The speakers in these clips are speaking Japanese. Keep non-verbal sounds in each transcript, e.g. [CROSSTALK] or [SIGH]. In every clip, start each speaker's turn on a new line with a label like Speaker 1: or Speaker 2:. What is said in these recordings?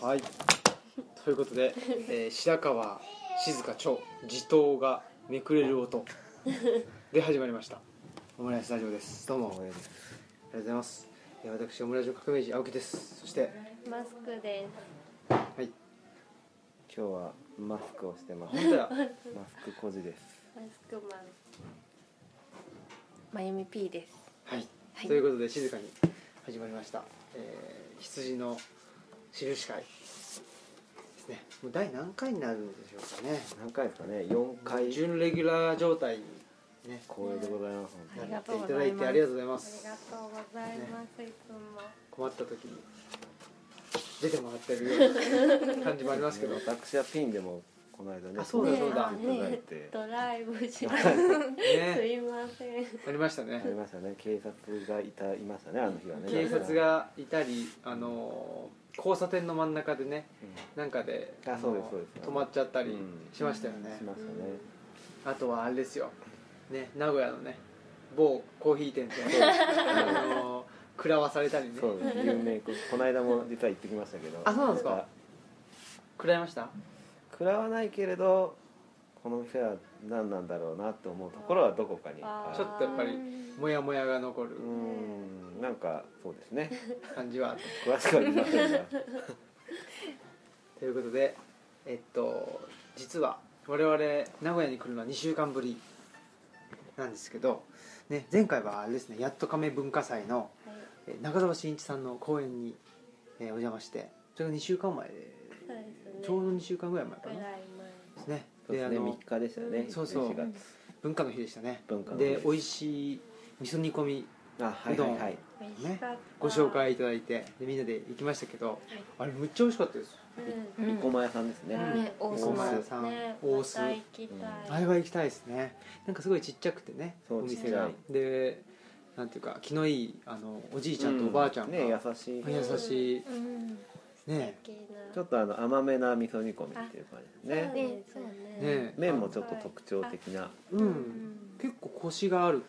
Speaker 1: はいということで、えー白川静香著地頭がめくれる音で始まりましたオムライスラジオですどうもオムライスですありがとうございますえー私オムライスの革命児青木ですそして
Speaker 2: マスクで
Speaker 1: はい
Speaker 3: 今日はマスクをしてます
Speaker 1: 本当や
Speaker 3: マスク小じです
Speaker 2: す。マスクマン。まゆみ P です。
Speaker 1: はい、
Speaker 2: はい
Speaker 1: ということで静かに始まりました、えー羊の印会ですねもう第何回になるんでしょうかね
Speaker 3: 何回ですかね四回
Speaker 1: 準レギュラー状態にね
Speaker 3: 光栄でございます
Speaker 2: あり
Speaker 1: な
Speaker 2: が
Speaker 1: っ
Speaker 2: と
Speaker 1: て
Speaker 2: う
Speaker 1: い
Speaker 2: ご
Speaker 1: ただ
Speaker 2: ざい
Speaker 1: い
Speaker 2: ます
Speaker 1: てありがとうございま
Speaker 2: あり
Speaker 1: す
Speaker 2: がとうございます。いつも。
Speaker 1: 困った時に出てもらってるような感じもあります
Speaker 2: [LAUGHS]
Speaker 1: けど
Speaker 3: ね私はピンでもこの間ね
Speaker 1: あそうだ
Speaker 2: ね
Speaker 1: そうだ
Speaker 2: あ
Speaker 3: いただい
Speaker 2: ね
Speaker 3: て、
Speaker 2: ドライブしますす
Speaker 1: ね
Speaker 2: い
Speaker 1: [LAUGHS]
Speaker 2: ません。
Speaker 1: ありました
Speaker 3: あり
Speaker 1: ね
Speaker 3: ましたね警察がいたいましたねあの日はね
Speaker 1: 警察がいたりあのー交差点の真ん中でね
Speaker 3: う
Speaker 1: なんかで
Speaker 3: あ
Speaker 1: あの
Speaker 3: そうですそうです
Speaker 1: 止まっちゃったり
Speaker 3: うん
Speaker 1: しましたよ
Speaker 3: ん
Speaker 1: ね
Speaker 3: しましたね
Speaker 1: あとはあれですよね名古屋のね某コーヒー店であのー食らわされたりね
Speaker 3: そうです有名ここの間も実は行ってきましたけど
Speaker 1: あそうなんですか食らいました
Speaker 3: 食らわないけれどこの店は何なんだろうなと思うところはどこかに
Speaker 2: あー
Speaker 1: ちょっとやっぱりモヤモヤが残る
Speaker 3: うーんなんかそうで
Speaker 1: [LAUGHS]
Speaker 3: すね
Speaker 1: 感じはあって
Speaker 3: 詳しくは言いませんが
Speaker 1: ということでえっと実は我々名古屋に来るのは2週間ぶりなんですけど、ね、前回はあれですねやっと亀文化祭の
Speaker 2: はい
Speaker 1: えー中澤慎一さんの公演に、えーお邪魔してそれが2週間前で
Speaker 2: そうですね。
Speaker 1: ちょうど2週間ぐらい前
Speaker 2: ぐ
Speaker 1: から
Speaker 2: い
Speaker 1: なで
Speaker 2: 前。
Speaker 1: すね
Speaker 3: そうです
Speaker 1: あ
Speaker 3: ね
Speaker 1: の
Speaker 3: 3日でしたよね
Speaker 1: そうそう
Speaker 3: 4月
Speaker 1: 文化の日でしたね
Speaker 3: 文化の日
Speaker 1: で美味しい味噌煮込み
Speaker 3: あはいはいはい
Speaker 2: 美味しかった。
Speaker 1: ご紹介いただいてでみんなで行きましたけどあれむっちゃ美味しかったです
Speaker 2: う。
Speaker 4: うん
Speaker 3: 生駒屋さんですね
Speaker 2: はいね大
Speaker 1: 大
Speaker 2: 須
Speaker 1: 須
Speaker 2: の
Speaker 1: 屋さん
Speaker 2: ね、
Speaker 1: 大須
Speaker 2: また行きた
Speaker 1: あ
Speaker 2: い。
Speaker 1: れは行きたいですねなんかすごいちっちゃくてね
Speaker 3: そ
Speaker 1: お
Speaker 3: う
Speaker 1: 店
Speaker 2: ち
Speaker 1: が
Speaker 3: っち
Speaker 1: でなんていうか気のいいあのおじいちゃんとおばあちゃんが、
Speaker 3: ね優しい
Speaker 1: 優しい
Speaker 4: うん、
Speaker 1: ね
Speaker 2: 素敵な
Speaker 3: ちょっとあの甘めな味噌煮込みっていう感じで
Speaker 2: そ
Speaker 3: す
Speaker 2: う
Speaker 3: ね
Speaker 2: ですよ
Speaker 1: ねえ
Speaker 3: 麺もちょっと特徴的な
Speaker 1: うん、結構コシがある
Speaker 3: ね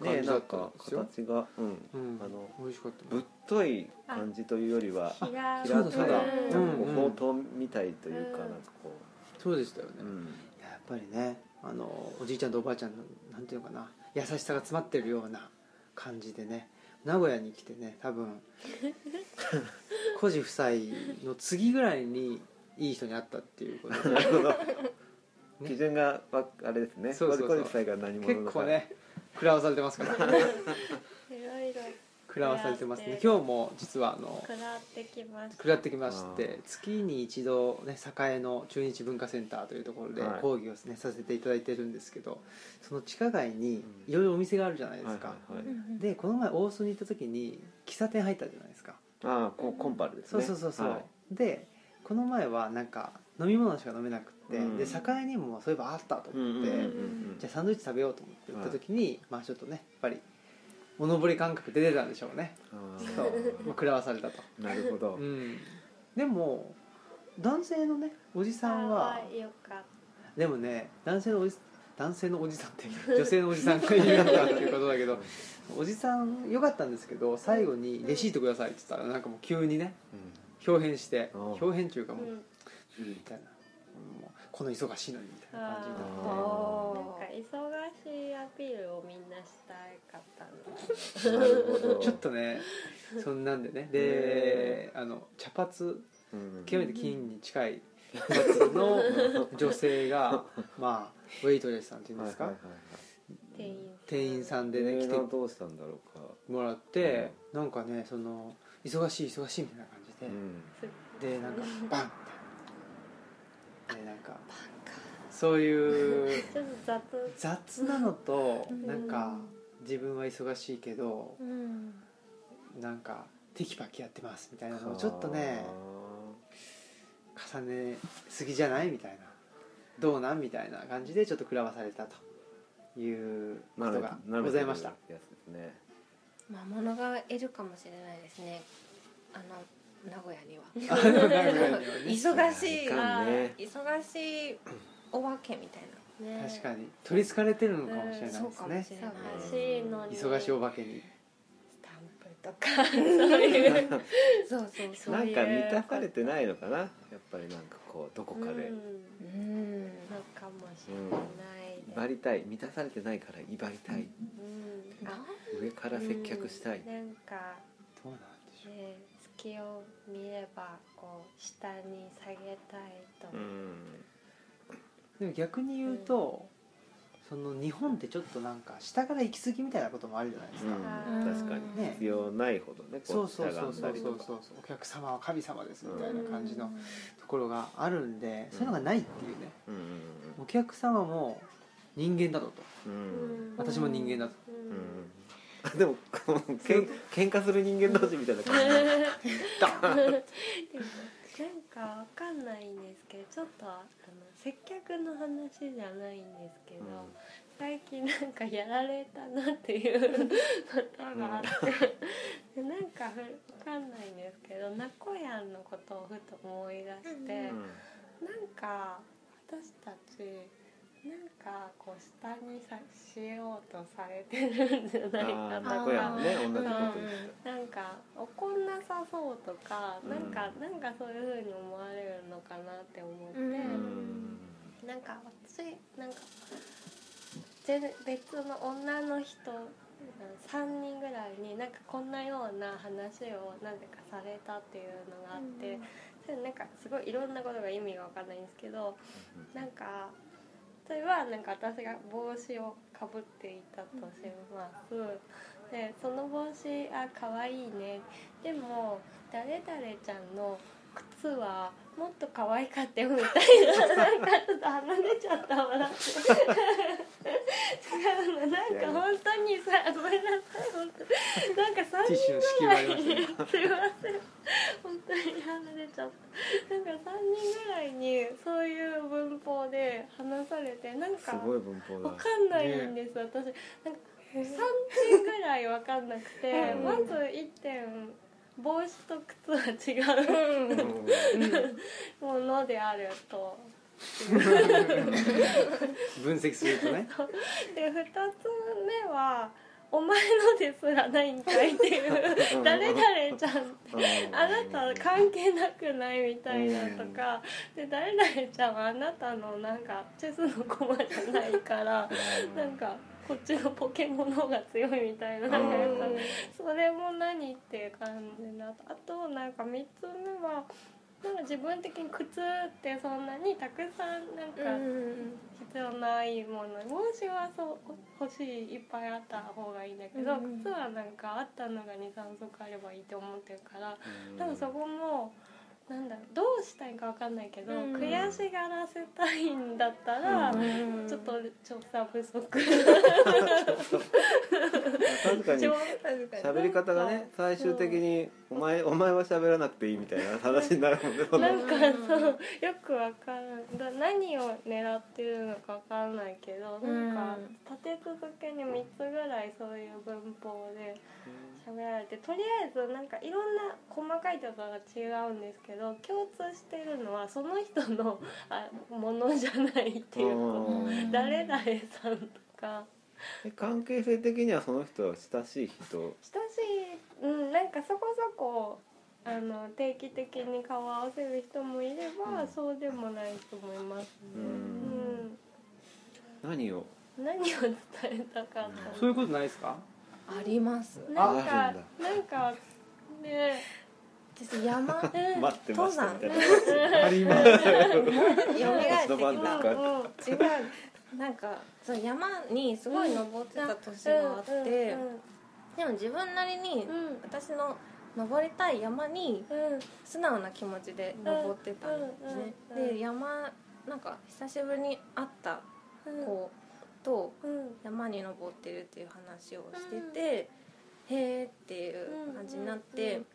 Speaker 1: 感じだ
Speaker 3: なん
Speaker 1: った
Speaker 3: か
Speaker 1: んですよ、
Speaker 3: 形がうん
Speaker 1: うん、
Speaker 3: あの
Speaker 1: 美味しかった
Speaker 3: ぶっとい感じというよりは
Speaker 2: 平
Speaker 3: 平
Speaker 1: そうだそ
Speaker 3: た
Speaker 1: う
Speaker 3: い
Speaker 1: だ
Speaker 3: なんか
Speaker 1: う
Speaker 3: こ
Speaker 1: ん
Speaker 3: うほうとうみたいという
Speaker 2: うん
Speaker 3: かなんかこ
Speaker 1: そうでしたよね、
Speaker 3: ううん
Speaker 1: やっぱりねあのおじいちゃんとおばあちゃんのなんていうのかな優しさが詰まってるような感じでね名古屋に来てね多分コジ夫妻の次ぐらいにいい人に会ったっていうことで
Speaker 3: なるほど
Speaker 1: ね
Speaker 3: 基準がわあれですね
Speaker 1: そうそうそう
Speaker 3: これこれ自体が何者
Speaker 1: 結
Speaker 3: だか
Speaker 1: 構ね食らわされてますから
Speaker 2: いろいろ
Speaker 1: 食らわされてますね今日も実はあの
Speaker 2: 食らってきました。
Speaker 1: 食らってきまし
Speaker 3: あ
Speaker 1: て月に一度ね栄の中日文化センターというところで
Speaker 3: はい
Speaker 1: 講義を、ね、させていただいてるんですけどその地下街に
Speaker 3: うん
Speaker 1: いろいろお店があるじゃないで
Speaker 3: は
Speaker 1: す
Speaker 3: い
Speaker 1: か、
Speaker 3: はいはい
Speaker 4: うん、
Speaker 1: でこの前大須に行った時に喫茶店入ったじゃないですか、
Speaker 3: ああこうコンパルです
Speaker 1: そう
Speaker 3: ね
Speaker 1: そうそうそう、
Speaker 3: はい
Speaker 1: でこの前はなんか飲み物しか飲めなくって、
Speaker 3: うん
Speaker 1: で栄にもそういえばあったと
Speaker 3: うんう
Speaker 1: 思っ
Speaker 3: んうん
Speaker 1: て、
Speaker 3: うんうん
Speaker 1: じゃあサンドイッチ食べようと思って行った時に、まあちょっとねやっぱりおのぼり感覚で出てたんでしょうね
Speaker 3: あ
Speaker 1: そう、 [LAUGHS] まあ、
Speaker 3: ー
Speaker 1: 食らわされたと、
Speaker 3: [LAUGHS] なるほど
Speaker 1: うん、でも男性のねおじさんは
Speaker 2: よかっ
Speaker 1: でもね男性のおじ男性のおじさんって女性のおじさんが言うんだっていうことだ [LAUGHS] けどおじさん良かったんですけど最後に「レシートください」って言ったらなんかもう急にね表変して
Speaker 3: うん
Speaker 1: 表変っていうか
Speaker 2: た。
Speaker 1: も
Speaker 2: う
Speaker 1: う、
Speaker 2: ん。
Speaker 1: うんみたいなもうこの忙しいのにみたいな感じになっ
Speaker 2: あ
Speaker 1: て
Speaker 2: な
Speaker 4: お
Speaker 2: ん
Speaker 4: ー
Speaker 2: か忙しいアピールをみんなしたかったんだ。
Speaker 3: なるほど
Speaker 1: [LAUGHS] ちょっと
Speaker 3: [LAUGHS]
Speaker 1: ねそんなんでねであの茶髪
Speaker 3: うん
Speaker 1: 極めて金に近
Speaker 3: [LAUGHS]
Speaker 1: い茶髪の女性がまあウェイトレスさんっていうんですか、
Speaker 3: はいはいはいはい
Speaker 2: 店員。
Speaker 1: 店員さんで
Speaker 3: え
Speaker 1: ね
Speaker 3: ー
Speaker 1: 来て
Speaker 3: などうしたんだろうか
Speaker 1: もらって、なんかねその忙しい忙しいみたいな感じ
Speaker 3: う
Speaker 1: で、
Speaker 3: ん
Speaker 2: すっ
Speaker 1: でなんかバンみたいなでなんかそう
Speaker 3: [LAUGHS]
Speaker 1: いう
Speaker 2: ちょっと雑。
Speaker 1: 雑なのと
Speaker 4: うん
Speaker 1: なんか自分は忙しいけど
Speaker 4: うん、
Speaker 1: なんかテキパキやってますみたいなのをちょっとね重ねすぎじゃないみたいなどうなんみたいな感じでちょっと食らわされたという
Speaker 3: あー
Speaker 1: ことがございました
Speaker 3: なるほどやつですね
Speaker 4: 魔物がいるかもしれないですねあの名古屋には
Speaker 1: あの [LAUGHS] なんかね
Speaker 4: 忙しい
Speaker 3: いかんね
Speaker 4: 忙しいお化けみたい
Speaker 2: ね。
Speaker 1: 確かに取りつかれてるのかもしれ
Speaker 4: な
Speaker 1: ない
Speaker 4: そう
Speaker 1: で
Speaker 4: か
Speaker 1: す
Speaker 4: も
Speaker 1: ね
Speaker 4: しれない
Speaker 2: 忙しいのに。
Speaker 1: 忙しいお
Speaker 2: ば。
Speaker 1: 化けに
Speaker 4: スタンプ
Speaker 2: とかそう
Speaker 3: [LAUGHS]
Speaker 2: いう
Speaker 4: そうそうそう
Speaker 3: なんか
Speaker 2: そういう
Speaker 3: 満たされてないのかなやっぱりなんかこうどこかで、
Speaker 2: うん
Speaker 4: うん
Speaker 2: のかもしれない
Speaker 3: 威張
Speaker 2: で
Speaker 3: りたい満たされてないから威張りたい、
Speaker 2: うん
Speaker 4: あ
Speaker 3: 上から接客したい、
Speaker 2: うんなんか
Speaker 1: どうなんでしょう
Speaker 2: ね隙を見ればこう下に下げたいと
Speaker 3: うん
Speaker 1: でも逆に言うと、その日本ってちょっとなんか下から行き過ぎみたいなこともあるじゃないです
Speaker 3: う
Speaker 1: か、
Speaker 3: ん確かに
Speaker 1: ね
Speaker 3: 必要ないほどね
Speaker 1: そ
Speaker 3: こ
Speaker 1: う
Speaker 3: う
Speaker 1: そう
Speaker 3: しゃ
Speaker 1: そ
Speaker 3: が
Speaker 1: うんそ
Speaker 3: だ
Speaker 1: う
Speaker 3: り
Speaker 1: そ
Speaker 3: と
Speaker 1: う
Speaker 3: か
Speaker 1: そうお客様は神様ですみたいな感じの
Speaker 4: うん
Speaker 1: ところがあるんで、
Speaker 3: う
Speaker 1: そ
Speaker 3: ん
Speaker 1: ういうのがないっていうね
Speaker 3: うんうん
Speaker 1: お客様も人間だろうと
Speaker 3: うん
Speaker 2: うん
Speaker 1: 私も人間だと、
Speaker 3: う
Speaker 2: うん
Speaker 3: うん [LAUGHS]
Speaker 2: ん
Speaker 3: あでもこうけん喧嘩する人間同士みたいな感じ
Speaker 2: [LAUGHS] でもなんかわかんないんですけどちょっとあの接客の話じゃないんですけど、最近なんかやられたなっていうことがあって、 [LAUGHS] でなんかふわかんないんですけどナコヤンのことをふと思い出して、
Speaker 4: う
Speaker 3: うん
Speaker 2: なんか私たちなんかこう下にさしようとされてるんじゃない
Speaker 3: あ
Speaker 2: か
Speaker 3: ー
Speaker 2: な
Speaker 3: 名
Speaker 2: と
Speaker 3: 古屋
Speaker 2: か
Speaker 3: もね同じ
Speaker 4: う
Speaker 3: こ
Speaker 4: ん
Speaker 3: と言っ
Speaker 2: なんか怒んなさそうとか、
Speaker 3: うん
Speaker 2: なんかなんかそういう風に思われるのかなって思って、
Speaker 4: うん
Speaker 3: てた
Speaker 4: うん
Speaker 2: なんか私なんか全別の女の人3人ぐらいになんかこんなような話をなぜかされたっていうのがあって、それなんかすごいいろんなことが意味がわかんないんですけどなんか例えばなんか私が帽子をかぶっていたとします、でその帽子あ可愛いねでも誰々ちゃんの靴はもっと可愛かったよみたいななんかちょっと離れちゃった笑って違うのなんか本当にさごめんなさい本当なんか3
Speaker 1: ティッシュの支
Speaker 2: ぐ
Speaker 1: 給があ
Speaker 2: らい
Speaker 1: り
Speaker 2: に
Speaker 1: ましたね
Speaker 2: すいません本当に離れちゃったなんか3人ぐらいにそういう文法で話されてなん
Speaker 3: す
Speaker 2: か
Speaker 3: ごい文法だ
Speaker 2: わかんないんです、私なんか3点ぐらいわかんなくて、
Speaker 3: うん
Speaker 2: まず1点帽子と靴は違う
Speaker 3: うん
Speaker 2: [LAUGHS] ものであると
Speaker 1: 分析するとね
Speaker 2: で2つ目は「お前のですらないんかい」っていう
Speaker 3: [LAUGHS]
Speaker 2: 誰々ちゃんあなた関係なくないみたいなとか、で誰々ちゃんはあなたのなんかチェスの駒じゃないから、なんかこっちのポケモンの方が強いみたいな、なんか
Speaker 4: うん
Speaker 2: それも何っていう感じだとあとなんか3つ目はなんか自分的に靴ってそんなにたくさんなん
Speaker 4: う
Speaker 2: か
Speaker 4: ん
Speaker 2: 必要ないもの、帽子はそう欲しいいっぱいあった方がいいんだけど、
Speaker 4: うん
Speaker 2: 靴はなんかあったのが23足あればいいと思ってるから。
Speaker 3: うん
Speaker 2: でもそこもなんだろうどうしたいかわかんないけど、
Speaker 4: うん
Speaker 2: 悔しがらせたいんだったら、
Speaker 3: うん
Speaker 4: うん
Speaker 2: ちょっと調査不足
Speaker 3: 確かに
Speaker 2: 調
Speaker 4: 確かに
Speaker 3: 喋り方がね最終的に「お前お前は喋らなくていい」みたいな話になるもんねそん
Speaker 2: な
Speaker 3: なん
Speaker 2: かそうよくわからんだ何を狙ってるのかわかんないけど、なんか
Speaker 4: うん
Speaker 2: 立て続けに3つぐらいそういう文法で喋られてとりあえずなんかいろんな細かいところが違うんですけど共通してるのはその人のあものじゃないっていうこと。
Speaker 3: うん
Speaker 2: 誰々さんとか
Speaker 3: [LAUGHS] え関係性的にはその人は親しい人
Speaker 2: 親しい、うん、なんかそこそこあの定期的に顔を合わせる人もいれば、
Speaker 3: うん
Speaker 2: そうでもない人もいます
Speaker 3: う
Speaker 2: ね、うんん
Speaker 3: 何を
Speaker 2: 何を伝えたかったの
Speaker 1: [LAUGHS] そういうことないですか
Speaker 4: あります
Speaker 2: なんか
Speaker 3: ああるん
Speaker 2: なんかね
Speaker 4: 私山
Speaker 2: え、うん
Speaker 3: 待ってましたみたいな
Speaker 1: あります
Speaker 4: よみがえって
Speaker 3: 言
Speaker 4: き
Speaker 3: 葉に
Speaker 4: ます
Speaker 3: なる
Speaker 2: うんうん
Speaker 4: 違うなんかそう山にすごい登ってた年があって、でも自分なりに
Speaker 2: うん
Speaker 4: 私の登りたい山に
Speaker 2: うんうん
Speaker 4: 素直な気持ちで登ってたんですね、
Speaker 2: うんうんうん
Speaker 4: で山なんか久しぶりに会った
Speaker 2: うん
Speaker 4: 子と
Speaker 2: うん
Speaker 4: 山に登ってるっていう話をしてて、へーっていう感じになって、
Speaker 2: うん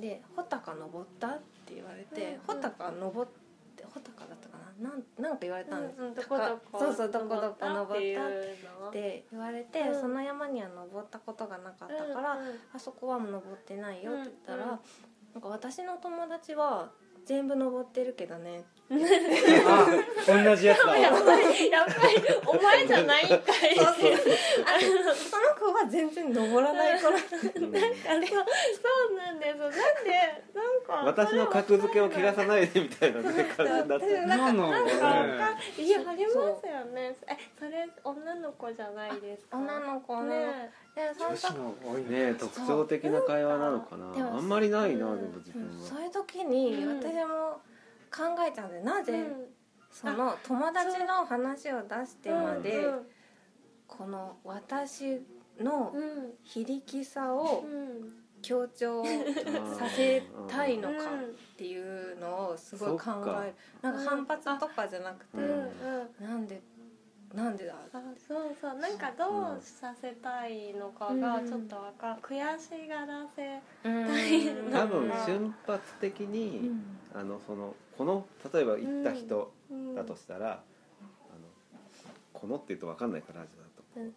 Speaker 4: で「穂高登った?」って言われ
Speaker 2: うん
Speaker 4: て
Speaker 2: うん
Speaker 4: 「穂高登って穂高だったかななんなんか言われたんです、
Speaker 2: うんどこどこ
Speaker 4: そうそうどこどこ登った
Speaker 2: っていうの
Speaker 4: っ
Speaker 2: を
Speaker 4: て言われて、
Speaker 2: うん
Speaker 4: その山には登ったことがなかったから、
Speaker 2: うんうん
Speaker 4: あそこは登ってないよって言ったら、
Speaker 2: うんうん
Speaker 4: なんか私の友達は全部登ってるけどね
Speaker 1: あ同じやつだわ
Speaker 2: やばいやばいお前じゃないんかい
Speaker 4: そうそうあのその覚は全然登らないか
Speaker 2: [LAUGHS]
Speaker 4: ら
Speaker 3: うん
Speaker 2: そうそうなんですなんでなんか
Speaker 3: 私の格付けを切らさないでみたいなね感じになっ
Speaker 2: な
Speaker 3: て
Speaker 2: んか
Speaker 1: 何なの
Speaker 2: なん
Speaker 1: かね
Speaker 2: かいやありますよねえそれ女の子じゃないですか
Speaker 4: 女の子の、
Speaker 2: ね
Speaker 4: でそ
Speaker 1: 女
Speaker 4: の
Speaker 1: 子の
Speaker 4: 時
Speaker 1: 方が多いね
Speaker 3: ね特徴的な会話なのか
Speaker 4: でも
Speaker 3: なあんまりないな
Speaker 2: う
Speaker 3: で
Speaker 2: ん
Speaker 3: も自分
Speaker 4: うんそう
Speaker 3: は
Speaker 4: いう時に
Speaker 2: うん
Speaker 4: 私も考えたんでな
Speaker 2: う
Speaker 4: ぜ
Speaker 2: ん
Speaker 4: その友達の話を出してまで
Speaker 2: うん
Speaker 4: この私の
Speaker 2: うん
Speaker 4: 非力さ
Speaker 2: う
Speaker 4: を
Speaker 2: ん
Speaker 4: 強調させたいのかっていうのをすごい考えるなんか反発とかじゃなく
Speaker 2: う
Speaker 4: て
Speaker 2: んうん
Speaker 4: なんでなんでだ
Speaker 2: あそうそうなんかどうさせたいのかがちょっとわか悔しがらせ
Speaker 4: うん
Speaker 3: 多分瞬発的
Speaker 4: う
Speaker 3: に
Speaker 4: ん
Speaker 3: あのそのこの例えば行った人
Speaker 2: うん
Speaker 3: だとしたらあのこのって言うと分かんないからじゃ
Speaker 2: う
Speaker 3: なん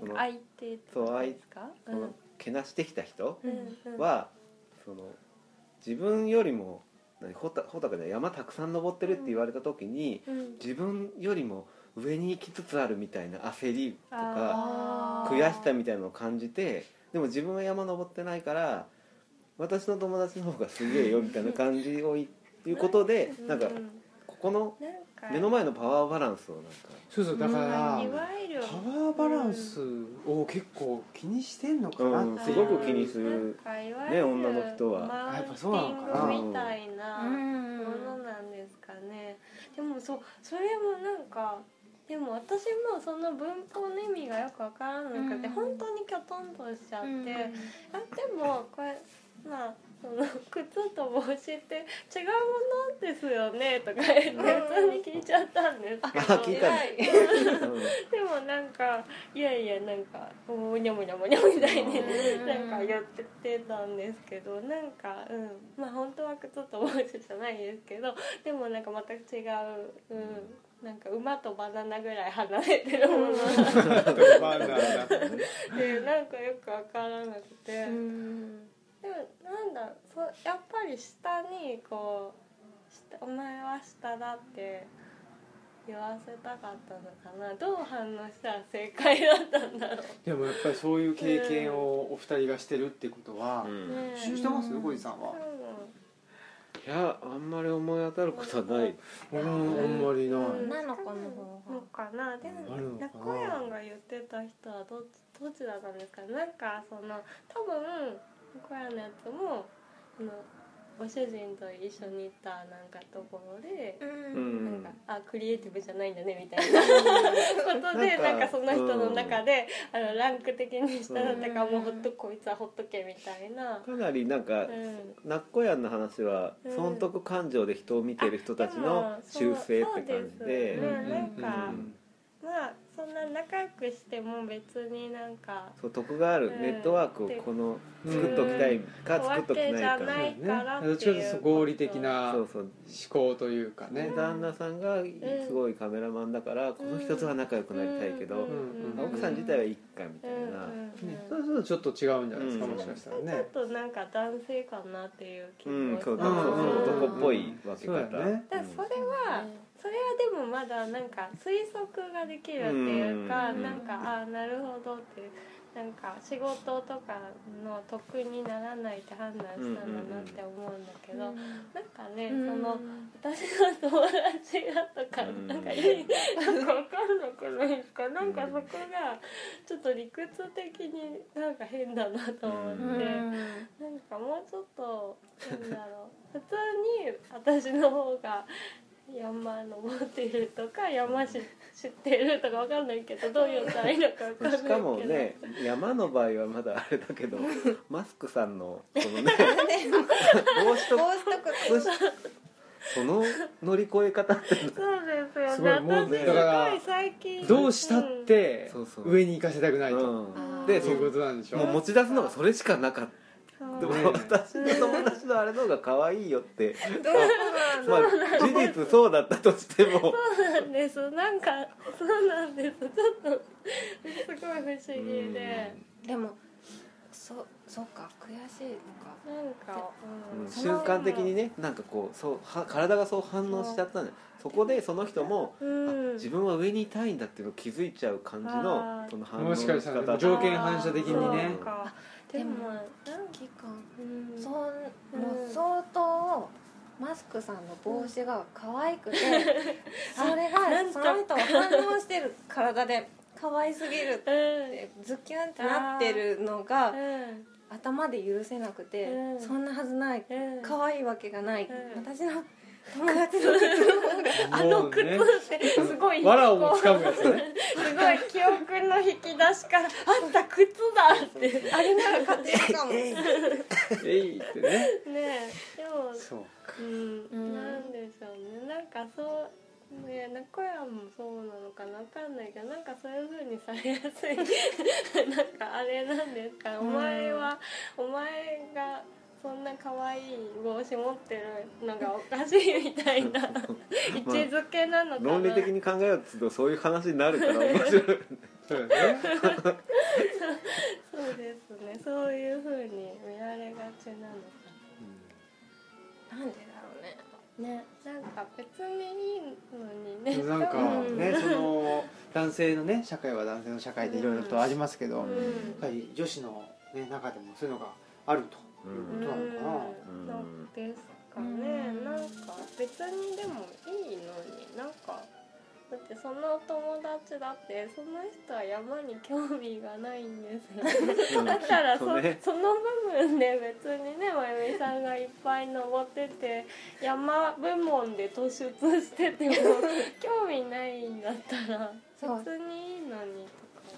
Speaker 3: と
Speaker 2: なんか相手と
Speaker 3: そう
Speaker 2: か
Speaker 3: 相
Speaker 2: ですか
Speaker 3: そのけなしてきた人
Speaker 2: うんうんうん
Speaker 3: はその自分よりも何ほたほたかで山たくさん登ってるって言われた時に
Speaker 2: うん
Speaker 3: 自分よりも上に行きつつあるみたいな焦りと
Speaker 2: あ
Speaker 3: か
Speaker 2: ー
Speaker 3: 悔しさみたいなのを感じてでも自分は山登ってないから私の友達の方がすげえよみたいな感じをいいうことでなんか
Speaker 2: う
Speaker 3: ここの
Speaker 2: なんか
Speaker 3: 目の前のパワーバランスをなんか
Speaker 1: そうそうだから
Speaker 2: いわゆる
Speaker 1: パワーバランスを結構気にしてんのかなっていう、
Speaker 3: すごく気にする
Speaker 2: ね
Speaker 3: 女の人は
Speaker 2: マ
Speaker 1: あやっ
Speaker 2: ウンテ
Speaker 1: ぱそうなのかな
Speaker 2: ィングみたいな
Speaker 4: う
Speaker 2: も
Speaker 4: ん
Speaker 2: のなんですかね、でもそうそれもなんかでも私もその文法の意味がよくわからなくて、
Speaker 4: うん
Speaker 2: 本当にきょとんとしちゃって、
Speaker 4: うん
Speaker 2: あでもこれまあその靴と帽子って違うものですよねとか言って [LAUGHS] 普通に聞いちゃったんですけど、
Speaker 3: あ聞いた
Speaker 4: 偉い
Speaker 3: うん
Speaker 2: でもなんかいやいやなんかもにゃもにゃもにゃみたいに
Speaker 4: うん
Speaker 2: なんか言っててたんですけどなんかうんまあ本当は靴と帽子じゃないですけどでもなんか全く違ううんなんか馬とバナナぐらい離れてるもの
Speaker 1: バナナ
Speaker 2: でなんかよくわからなくて
Speaker 4: うん
Speaker 2: でもなんだそうやっぱり下にこう下「お前は下だ」って言わせたかったのかなどう反応したら正解だったんだろ
Speaker 1: でもやっぱりそういう経験をお二人がしてるってことは、
Speaker 3: う
Speaker 2: うんねえ
Speaker 1: してます小路さんは、
Speaker 3: いやあんまり思い当たることはない
Speaker 1: うん、あんまりない、
Speaker 2: うん
Speaker 4: 女の子の方が
Speaker 2: のかなでも
Speaker 1: あるのかな
Speaker 2: ラコヤンが言ってた人はどっちどっちだったんですかなんかその多分ラコヤンのやつもあのご主人と一緒に行ったなんかところで、
Speaker 3: う
Speaker 2: なん
Speaker 3: ん
Speaker 2: かあクリエイティブじゃないんだねみたいなことで
Speaker 3: な
Speaker 2: なん
Speaker 3: か
Speaker 2: んかその人の中で、あのランク的に下だったからもうほっとこいつはほっとけみたいな。
Speaker 3: かなりなんか
Speaker 2: うん
Speaker 3: なっこやんの話は
Speaker 2: うん
Speaker 3: 損得感情で人を見てる人たちの修正って感じ
Speaker 2: う
Speaker 3: で
Speaker 2: ん
Speaker 1: う
Speaker 2: なんか
Speaker 1: うん
Speaker 2: まあそんな仲良くしても別になんか
Speaker 3: そう得がある
Speaker 2: うん
Speaker 3: ネットワークをこの作っときたいか作っときないか
Speaker 2: うんわけじゃない
Speaker 1: ね
Speaker 2: からっていう
Speaker 1: どっちかというと合理的な
Speaker 3: そう
Speaker 1: 思
Speaker 3: そう
Speaker 1: 考というかね
Speaker 3: ね、旦那さんがすごいカメラマンだからこの人とは仲良くなりたいけど
Speaker 1: んう
Speaker 3: 奥さん自体はいっかみたいな
Speaker 1: ね、そうするとちょっと違うんじゃないですか、
Speaker 3: うん
Speaker 1: もしかしたら
Speaker 2: ちょ
Speaker 1: ね
Speaker 2: っとなんか男性かなっていう気
Speaker 3: うん
Speaker 2: も
Speaker 3: そうだ
Speaker 1: ん
Speaker 3: からそ
Speaker 1: うん
Speaker 3: の男っぽい分け
Speaker 1: そうや
Speaker 3: 方
Speaker 1: ね
Speaker 2: だからそれは、それはでもまだなんか推測ができるっていうか、
Speaker 3: うん
Speaker 2: なんかああなるほどっていうなんか仕事とかの得にならないって判断したんだなって思うんだけど、なんかね、その [LAUGHS] 私の友達がとか、
Speaker 3: うん
Speaker 2: なんかいいなんかわかんなくないですかなんかそこがちょっと理屈的になんか変だなと思って、
Speaker 3: うん
Speaker 2: なんかもうちょっとなんだろう普通に私の方が山登ってるとか山し知ってるとかわかんないけどどう言ったらいいのかわかんないけ
Speaker 3: し
Speaker 2: ど
Speaker 3: かもね山の場合はまだあれだけどマスクさんのこ
Speaker 2: [LAUGHS]
Speaker 3: のね帽子と
Speaker 4: こうしとく
Speaker 3: 靴下その乗り越え方って
Speaker 2: そうです
Speaker 1: すご
Speaker 2: よね
Speaker 1: いもう
Speaker 2: 私す
Speaker 1: ね
Speaker 2: ご
Speaker 1: だから
Speaker 2: い最近
Speaker 1: どうしたっ、て
Speaker 3: そうそう
Speaker 1: 上に行かせたくないと、
Speaker 3: う
Speaker 1: で
Speaker 3: で
Speaker 1: そういうことなんでしょ
Speaker 3: ん、もう持ち出すのがそれしかなかった
Speaker 2: うん
Speaker 3: で
Speaker 2: そう
Speaker 1: ね
Speaker 3: も私の友達のあれの方が可愛いよって
Speaker 4: どうなん
Speaker 3: まあ事実そうだったとしても
Speaker 2: そうなんですなんかそうなんですちょっとすごい不思議で、
Speaker 4: でもそそそっか悔しいのか
Speaker 2: なんか、
Speaker 3: うん
Speaker 4: その
Speaker 3: 瞬間的にねなんかこうそうは体がそう反応しちゃったんだよそこでその人も、
Speaker 2: うん、
Speaker 3: あ
Speaker 2: うん、
Speaker 3: 自分は上にいたいんだっていうのを気づいちゃう感じの
Speaker 2: あー
Speaker 3: その反応
Speaker 1: も
Speaker 3: の
Speaker 1: し
Speaker 3: 仕
Speaker 1: かした
Speaker 3: 方
Speaker 1: ら
Speaker 3: だ
Speaker 1: 条件反射的に
Speaker 2: あー
Speaker 1: ね
Speaker 2: そうかで
Speaker 4: で
Speaker 2: も
Speaker 4: も
Speaker 2: なんか、
Speaker 4: 期間
Speaker 2: うん、
Speaker 4: そう
Speaker 2: う
Speaker 4: も
Speaker 2: うん
Speaker 4: う相当マスクさんの帽子が可愛くて、それ
Speaker 2: あなん
Speaker 4: が
Speaker 2: と
Speaker 4: その人が反応してる体で可愛すぎる
Speaker 2: ん
Speaker 4: ってズキュンってなってるのが
Speaker 2: うん
Speaker 4: 頭で許せなくて、
Speaker 2: うん
Speaker 4: そんなはずない
Speaker 2: うん
Speaker 4: 可愛いわけがない、
Speaker 2: うん
Speaker 4: 私の友達の靴
Speaker 2: あ
Speaker 1: も
Speaker 2: の
Speaker 1: う
Speaker 2: 靴っ
Speaker 1: ね
Speaker 2: てすごい
Speaker 1: わらをも
Speaker 2: こう
Speaker 1: つかむやつ
Speaker 2: [LAUGHS]
Speaker 1: ね
Speaker 2: すごい記憶の引き出しからあった靴だって
Speaker 4: あれなら買ってるかも
Speaker 1: えいってね
Speaker 2: ねえでも
Speaker 1: そう
Speaker 2: うん、
Speaker 4: うん
Speaker 2: なんでしょうねなんかそうね中屋もそうなのかなわかんないけどなんかそういう風にされやすい [LAUGHS] なんかあれなんですか、
Speaker 4: うん
Speaker 2: お前はお前がそんな可愛い帽子持ってるのがおかしいみたいな位置づけなのかな、
Speaker 3: 論理的に考えようとするとそういう話になるから面白い
Speaker 1: そうだね
Speaker 2: そうですねそういう風に見られがちなのかな
Speaker 4: なんでだろうね
Speaker 2: ねなんか別にいいのにね
Speaker 1: なんか
Speaker 2: うん
Speaker 1: ねその男性のね社会は男性の社会でいろいろとありますけど、
Speaker 2: うん
Speaker 1: やっぱり女子の、ね、中でもそういうのがあると
Speaker 2: う
Speaker 1: どうなのか
Speaker 2: ん
Speaker 3: な
Speaker 2: なんですかね、
Speaker 4: うん
Speaker 2: なんか別にでもいいのになんかだってその友達だってその人は山に興味がないんです
Speaker 1: [LAUGHS]
Speaker 2: よ
Speaker 3: うん
Speaker 2: だからそ
Speaker 3: そうね
Speaker 2: その部分で別にねまゆみさんがいっぱい登ってて山部門で突出してても興味ないんだったら
Speaker 4: そう
Speaker 2: 別にいいのにとか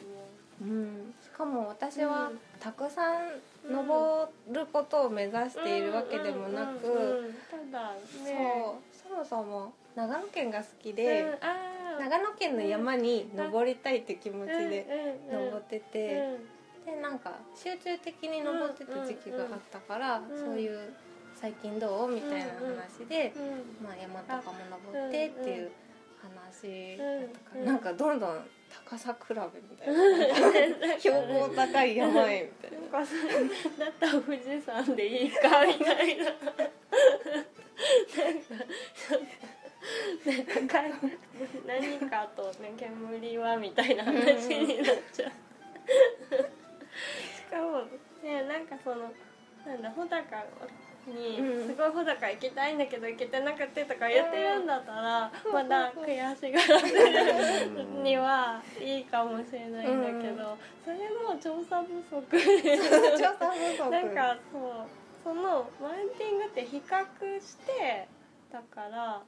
Speaker 2: 思う。
Speaker 4: うん、しかも私
Speaker 2: う
Speaker 4: は
Speaker 2: ん
Speaker 4: たくさん登ることを目指しているわけでもな
Speaker 2: うんうん
Speaker 4: く
Speaker 2: うんうんただね
Speaker 4: そうそもそも長野県が好き
Speaker 2: うん
Speaker 4: で、
Speaker 2: あー
Speaker 4: 長野県の山に登りたいって気持ちで
Speaker 2: うんうんうん
Speaker 4: 登ってて、でなんか集中的に登ってた時期があったから、
Speaker 2: んうん
Speaker 4: そういう「最近どう?」みたいな話で、
Speaker 2: うんうん
Speaker 4: まあ、山とかも登ってっていう話だったから、
Speaker 2: うんうん
Speaker 4: なんかどんどん高さ比べみたい
Speaker 2: [LAUGHS]
Speaker 4: な標高高い山へみたいな
Speaker 2: なん。かそれだったら富士山でいいかみたいななんかちょっとなんか何かと、ね、煙はみたいな話になっちゃうしかもねなんかそのなんだ穂高に
Speaker 4: うん
Speaker 2: すごい穂高行きたいんだけど行けてなくてとか言ってるんだったら
Speaker 4: うん
Speaker 2: まだ悔しがらせるにはいいかもしれないんだけど、それも調査不足で
Speaker 4: 調査不足
Speaker 2: なんかそうそのマウンティングって比較してだから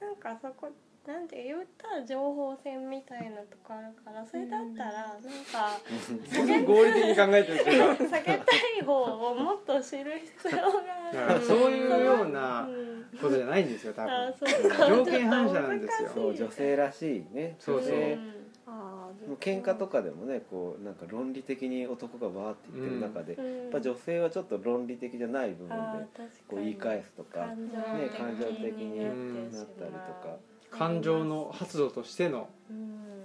Speaker 2: なんかそこなんて言ったら情報戦みたいなとこあるからそれだったらなんか
Speaker 1: すごい合理的に考えてると
Speaker 2: [LAUGHS]
Speaker 1: いうか
Speaker 2: 下げたい方をもっと知る必要
Speaker 1: だ
Speaker 2: が
Speaker 1: か
Speaker 2: あ
Speaker 1: ら
Speaker 2: る。
Speaker 1: そういうような
Speaker 2: うん
Speaker 1: ことじゃないんですよ多
Speaker 2: あ
Speaker 1: 分
Speaker 2: そうか
Speaker 1: 条件反射なんですよ
Speaker 2: ち
Speaker 3: そ
Speaker 2: ょ
Speaker 3: う
Speaker 2: っと
Speaker 3: 女性らしいね
Speaker 1: そうそう
Speaker 3: 女
Speaker 2: 難しい
Speaker 3: 性
Speaker 2: うん
Speaker 4: あー
Speaker 3: もう喧嘩とかでもねこうなんか論理的に男がわーって言ってる中で、
Speaker 2: う
Speaker 3: やっ
Speaker 2: ん
Speaker 3: ぱ女性はちょっと論理的じゃない部分で
Speaker 2: あー確かに
Speaker 3: こう言い返すとか
Speaker 2: 感情
Speaker 4: ね
Speaker 2: 的
Speaker 4: 感情
Speaker 3: 的に
Speaker 2: に
Speaker 3: な
Speaker 2: な
Speaker 3: っ
Speaker 2: ったたり
Speaker 3: りと
Speaker 2: と
Speaker 3: か
Speaker 2: か、
Speaker 1: 感情の発動としての
Speaker 2: うん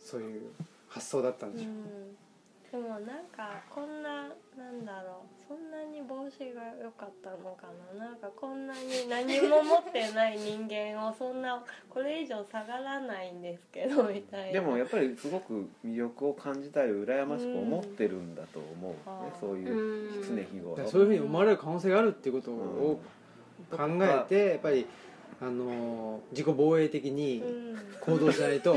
Speaker 1: そういう発想だったん
Speaker 2: う、
Speaker 1: でしょうん
Speaker 2: でもなんかこんななんだろうそんなに帽子が良かったのかななんかこんなに何も持ってない人間をそんなこれ以上下がらないんですけどみたいな
Speaker 3: でもやっぱりすごく魅力を感じたり羨ましく思ってるんだと思う、ね
Speaker 2: うん
Speaker 3: そういう常
Speaker 4: う
Speaker 3: 日
Speaker 1: だ
Speaker 3: 頃
Speaker 1: からそういうふうに思われる可能性があるっていうこと
Speaker 3: うん
Speaker 1: を考えてやっぱりあのー自己防衛的に
Speaker 2: うん、
Speaker 1: 行動しない
Speaker 2: [LAUGHS]
Speaker 1: と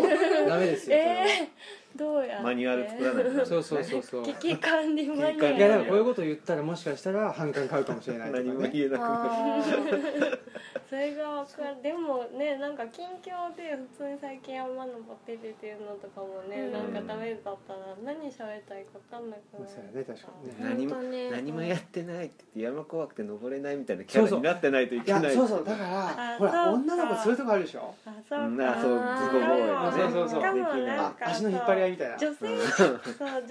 Speaker 1: ダメですよそれは
Speaker 2: えー、どうやって
Speaker 3: マニュアル作らないとね
Speaker 1: そうそうそうそう
Speaker 2: 危機管理マニ
Speaker 3: 危機管
Speaker 1: い
Speaker 2: ュ
Speaker 3: 理
Speaker 1: や
Speaker 2: ア
Speaker 1: だ
Speaker 2: ル
Speaker 1: からこういうこと言ったらもしかしたら反感買うかもしれないとか
Speaker 3: 何も
Speaker 1: ね
Speaker 3: [LAUGHS] 言えなくなる
Speaker 2: それがわかるでもねなんか近況で普通に最近山登っててっていうのとかもね、
Speaker 4: うん
Speaker 2: なんかダメだったら何喋ったらいいか分かんなくな
Speaker 1: まあそうやね確かにね
Speaker 3: 何も
Speaker 4: 本当ね
Speaker 3: 何もやってないって言って山怖くて登れないみたいなキャラになってないとい
Speaker 1: い
Speaker 3: け
Speaker 1: や
Speaker 3: ない
Speaker 1: そうそうだから
Speaker 2: あ
Speaker 1: ほら
Speaker 2: そうか
Speaker 1: 女の子そういうとこあるでしょ
Speaker 2: あそううんか
Speaker 3: なそう
Speaker 4: あー
Speaker 3: 自己防衛ね
Speaker 1: そうそうそう
Speaker 3: できない
Speaker 2: なん
Speaker 1: あ
Speaker 2: か
Speaker 1: 足の引っ張り合いみたいな
Speaker 2: 女性そう女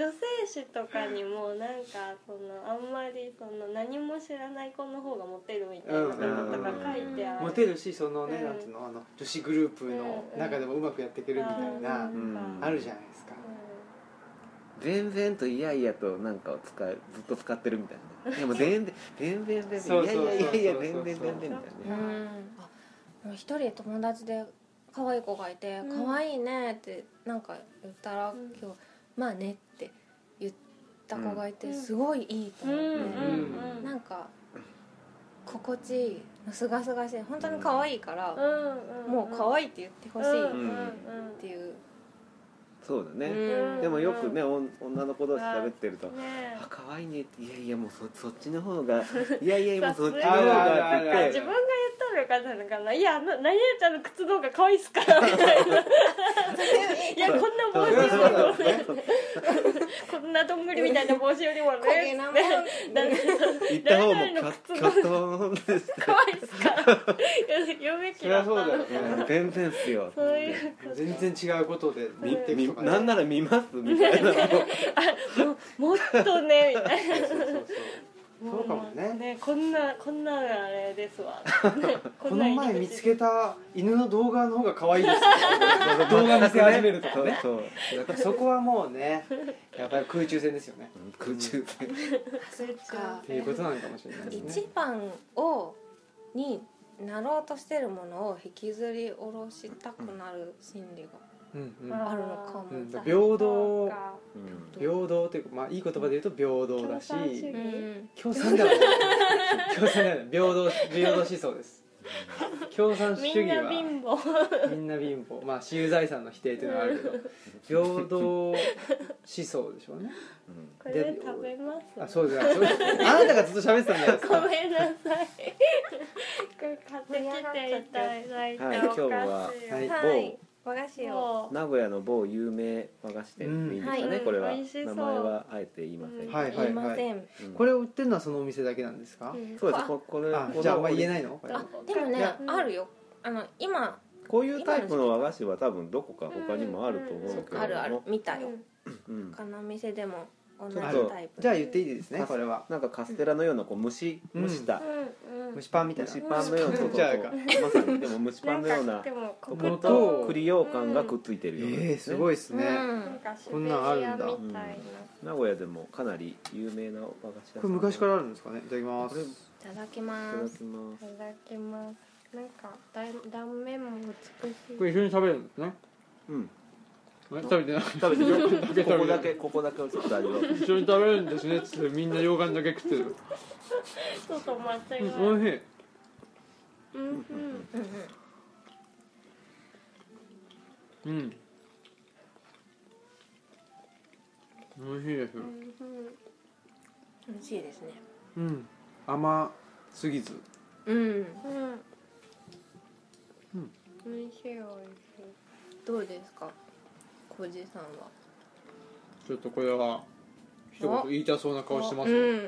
Speaker 2: 性誌とかにもなんかそのあんまりその何も知らない子の方がモテるみたいなのとか書いてある
Speaker 1: モテるしそのね、
Speaker 2: うん
Speaker 1: なんつうのあの女子グループの中でもうまくやっていけるみたいな、
Speaker 2: うん
Speaker 3: うん
Speaker 1: あるじゃないですか、
Speaker 2: う
Speaker 3: 全然といやいやとなんかを使うずっと使ってるみたいなねでも全然全然全
Speaker 1: そう
Speaker 3: 然い
Speaker 1: そ
Speaker 3: や
Speaker 1: う
Speaker 3: い
Speaker 1: そうそう
Speaker 3: やいやいや全然全然みたいな
Speaker 4: う
Speaker 3: ね
Speaker 4: んあでも一人友達で可愛い子がいて「
Speaker 2: うん
Speaker 4: 可愛いね」ってなんか言ったら
Speaker 2: うん
Speaker 4: 今日「まあね」って言った子がいて
Speaker 2: うん
Speaker 4: すごいいいと思
Speaker 2: うん
Speaker 4: って
Speaker 2: うんうん
Speaker 4: なんか心地いいすがすがしい本当に可愛いから
Speaker 2: うん
Speaker 4: もう可
Speaker 2: 愛い
Speaker 4: 愛いって言ってほしいっ
Speaker 2: うんうんうん
Speaker 4: ていう
Speaker 3: そうだね、
Speaker 2: ん
Speaker 3: でもよくねおん女の子同士喋ってると
Speaker 2: ねえ
Speaker 3: あ可愛いねっていやいやもうそそっちの方がいやいやいやもうそっちの方
Speaker 1: あるあ
Speaker 3: がっ
Speaker 1: る
Speaker 3: て
Speaker 1: あ
Speaker 3: 言
Speaker 1: る
Speaker 3: っ
Speaker 2: 自
Speaker 3: て
Speaker 2: 分が言ったらよかったのかないやあの何々ちゃんの靴の方が可愛いっすからみ [LAUGHS] たいないやこんな帽子
Speaker 1: そう
Speaker 2: よ
Speaker 1: そうそう
Speaker 2: こんなどんぐりみたいな帽子よりもね
Speaker 4: 焦げなもん
Speaker 2: ねだって
Speaker 3: 行った方も
Speaker 2: 誰
Speaker 3: キャ
Speaker 2: 々の
Speaker 3: ッ
Speaker 2: 靴
Speaker 3: キャットンです
Speaker 2: 可愛いっすから [LAUGHS] 言うべき
Speaker 1: そり
Speaker 2: だ
Speaker 1: ゃ
Speaker 2: った
Speaker 1: そうだよね
Speaker 3: うん全然っすよ
Speaker 2: そういう
Speaker 1: 全然違うことで
Speaker 3: み
Speaker 1: 持っていく
Speaker 3: み
Speaker 1: とかね
Speaker 3: なんなら見ますみたいな
Speaker 2: もっとねみたいな
Speaker 1: そうそうそうそうかもね
Speaker 2: こんなこんなのあれですわ、ね
Speaker 1: この前見つけ
Speaker 2: た
Speaker 1: た犬の動画の方が可愛いですよ動画見せ始めるとかね
Speaker 3: そうそう
Speaker 1: だから [LAUGHS] そこはもうねやっぱり空中戦ですよね
Speaker 3: 空中で
Speaker 4: そっか
Speaker 1: っていうことなのかもしれないですね
Speaker 4: 一番をになろうとしてるものを引きずり下ろしたくなる心理が
Speaker 1: うんうん
Speaker 4: あるのかも、
Speaker 1: うん
Speaker 4: みたいな
Speaker 1: 平等
Speaker 3: うん
Speaker 1: 平等というかまあいい言葉で言うと平等だし
Speaker 2: 共産主義
Speaker 4: うん
Speaker 1: 共産ではない [LAUGHS] 共産ではない平等平等思想です共産主
Speaker 2: み
Speaker 1: 義
Speaker 2: んな
Speaker 1: は
Speaker 2: 貧乏
Speaker 1: みんな貧乏まあ私有財産の否定というのはあるけど平等思想でしょうね
Speaker 3: うん
Speaker 2: これ食べます
Speaker 1: あそうです [LAUGHS] あなたがずっと喋ってたんじゃないです
Speaker 2: ご
Speaker 1: か
Speaker 2: めんなさい。これ買ってきていただいた
Speaker 3: はい
Speaker 2: お菓子を。
Speaker 1: はい
Speaker 4: はい和菓子
Speaker 2: そ
Speaker 4: を
Speaker 2: う
Speaker 3: 名古屋の某有名和菓子店でいいんですかね、
Speaker 2: うん
Speaker 3: これは、
Speaker 2: はい美味しそう
Speaker 3: 名前はあえて言いません、
Speaker 2: うん
Speaker 1: はい
Speaker 4: 言いません、
Speaker 3: うん
Speaker 1: これを売ってるのはそのお店だけなんですか
Speaker 2: うん
Speaker 3: そうですここれ
Speaker 1: あ
Speaker 3: この
Speaker 1: じゃああんま言えないのこれ
Speaker 4: あでも
Speaker 2: い
Speaker 4: ね
Speaker 2: やうん
Speaker 4: あるよあの今
Speaker 3: こういうタイプの和菓子は多分どこか他にもあると思う
Speaker 2: そ
Speaker 3: け
Speaker 2: う
Speaker 3: れども、
Speaker 4: あるある見た
Speaker 2: う
Speaker 4: よ
Speaker 2: ん
Speaker 3: うん
Speaker 4: 他のお店でも同じ
Speaker 3: ちょ
Speaker 4: タ
Speaker 3: っ
Speaker 4: イ
Speaker 3: と
Speaker 4: プ
Speaker 1: じゃあ言っていいですね
Speaker 3: あ
Speaker 1: これは
Speaker 3: なんかカステラのようなこう蒸し
Speaker 1: うん
Speaker 3: 蒸した、
Speaker 2: うんうん
Speaker 1: 蒸しパンみたいな
Speaker 3: 蒸しパンのよう
Speaker 1: う
Speaker 3: な
Speaker 1: ん
Speaker 3: そうそう
Speaker 1: じゃあ
Speaker 3: そうまさにでも蒸しパンのよ
Speaker 2: な
Speaker 3: う
Speaker 2: ん
Speaker 3: な
Speaker 2: かでも
Speaker 3: と
Speaker 2: コ
Speaker 3: ころ
Speaker 2: ク
Speaker 3: と
Speaker 2: と
Speaker 3: 栗羊羹がくっついてるような、
Speaker 1: ええすごいですね
Speaker 2: なんかシ
Speaker 1: こん
Speaker 2: ベリ
Speaker 1: なんある
Speaker 2: ア
Speaker 1: んだ
Speaker 2: みたい
Speaker 3: 名古屋でもかなり有名な和菓子屋さん
Speaker 1: これ昔からあるんですかねいただきます
Speaker 3: これ
Speaker 4: いただき
Speaker 3: い
Speaker 4: ま
Speaker 3: ただ
Speaker 4: す
Speaker 3: きま
Speaker 2: な。いただきます。なんかだい断面も美しい。
Speaker 1: これ一緒に食べるんですね
Speaker 3: すうん
Speaker 1: 食べてない
Speaker 3: 食べ
Speaker 1: べて
Speaker 3: てここだけここだけをちょっと味わう
Speaker 1: 一緒に食べるんですねっつってみんな洋館だけ食ってる
Speaker 2: ちょっと間違い。
Speaker 1: うん美味しい
Speaker 2: うんうん。
Speaker 4: うんうん
Speaker 1: うん美味しいです
Speaker 2: うん
Speaker 4: 美味しいですね
Speaker 1: うん甘すぎず
Speaker 4: うん
Speaker 2: うん。
Speaker 1: う
Speaker 2: うんん。美味しい美味しい。
Speaker 4: どうですか小じさんは
Speaker 1: ちょっとこれは一言言いたそうな顔してます
Speaker 4: う
Speaker 1: よ
Speaker 4: ん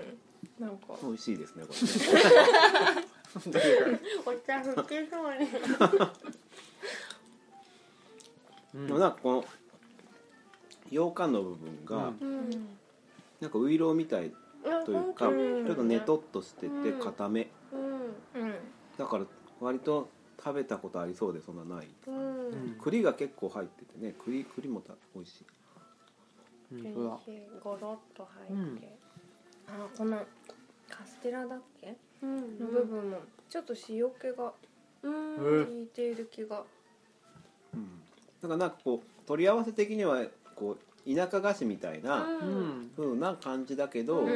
Speaker 4: なんか
Speaker 3: 美味しいですねこ
Speaker 2: お茶拭けそうに。
Speaker 1: [LAUGHS] う
Speaker 3: れ
Speaker 1: ん
Speaker 3: でもなんかこの羊羹の部分
Speaker 1: う
Speaker 3: が
Speaker 1: ん
Speaker 2: うん。
Speaker 3: なんかウイローみたいというか
Speaker 4: うん
Speaker 3: ちょっとねとっとしてて
Speaker 2: うん
Speaker 3: 固め
Speaker 2: うん
Speaker 4: うん
Speaker 3: だから割と食べたことありそうでそんなない
Speaker 2: うん、
Speaker 1: うん
Speaker 3: 栗が結構入っててね栗栗もた美味しい
Speaker 1: うんそうだ
Speaker 2: 美味しいゴロッと入って、
Speaker 4: あこのカステラだっけ
Speaker 2: うん
Speaker 4: の部分もちょっと塩気が
Speaker 2: うん
Speaker 1: うん
Speaker 4: 効いている気が
Speaker 3: うんだからなんかこう取り合わせ的にはこう田舎菓子みたいな
Speaker 1: う
Speaker 2: うん
Speaker 1: ん
Speaker 3: 風な感じだけど、
Speaker 2: う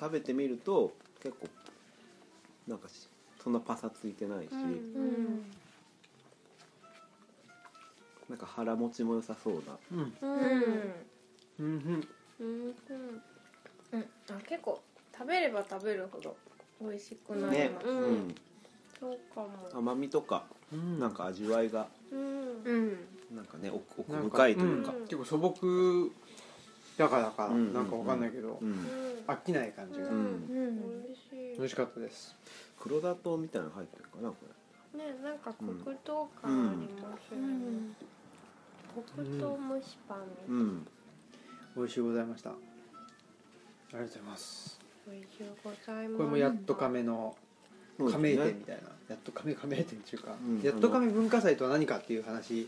Speaker 3: 食べてみると結構なんかしそんなパサついてないし、
Speaker 2: うん
Speaker 4: うん、うん
Speaker 3: なんか腹持ちも良さそうな
Speaker 1: うん
Speaker 2: う
Speaker 4: うん
Speaker 2: ん
Speaker 1: うん
Speaker 2: うん
Speaker 4: うん、あ結構食べれば食べるほど美味しくなり
Speaker 3: ね
Speaker 4: ま、す、
Speaker 2: うんそうか
Speaker 3: うん
Speaker 2: も
Speaker 3: 甘みとか
Speaker 1: うん
Speaker 3: なんか味わいが
Speaker 2: うん
Speaker 4: うん
Speaker 3: なんかね奥奥深いというか
Speaker 1: ん結構素朴だからか
Speaker 3: うん
Speaker 1: なんかわかんないけど
Speaker 3: うん、
Speaker 1: 飽きない感じが
Speaker 3: うん
Speaker 4: う
Speaker 2: うんん美味しい
Speaker 1: 美味しかったです
Speaker 3: 黒砂糖みたいなの入ってるかなこれ
Speaker 2: ねなんか黒糖感ありますよね黒糖蒸しパン
Speaker 3: う
Speaker 2: み
Speaker 3: ん
Speaker 1: 美味しゅうございましたありがとうございます
Speaker 2: たい美味しゅうございます
Speaker 1: これもやっと亀の
Speaker 3: そうです
Speaker 1: 亀
Speaker 3: ね
Speaker 1: 井店みたいなやっと亀亀井店っていうか
Speaker 3: うん
Speaker 1: やっと亀文化祭とは何かっていう話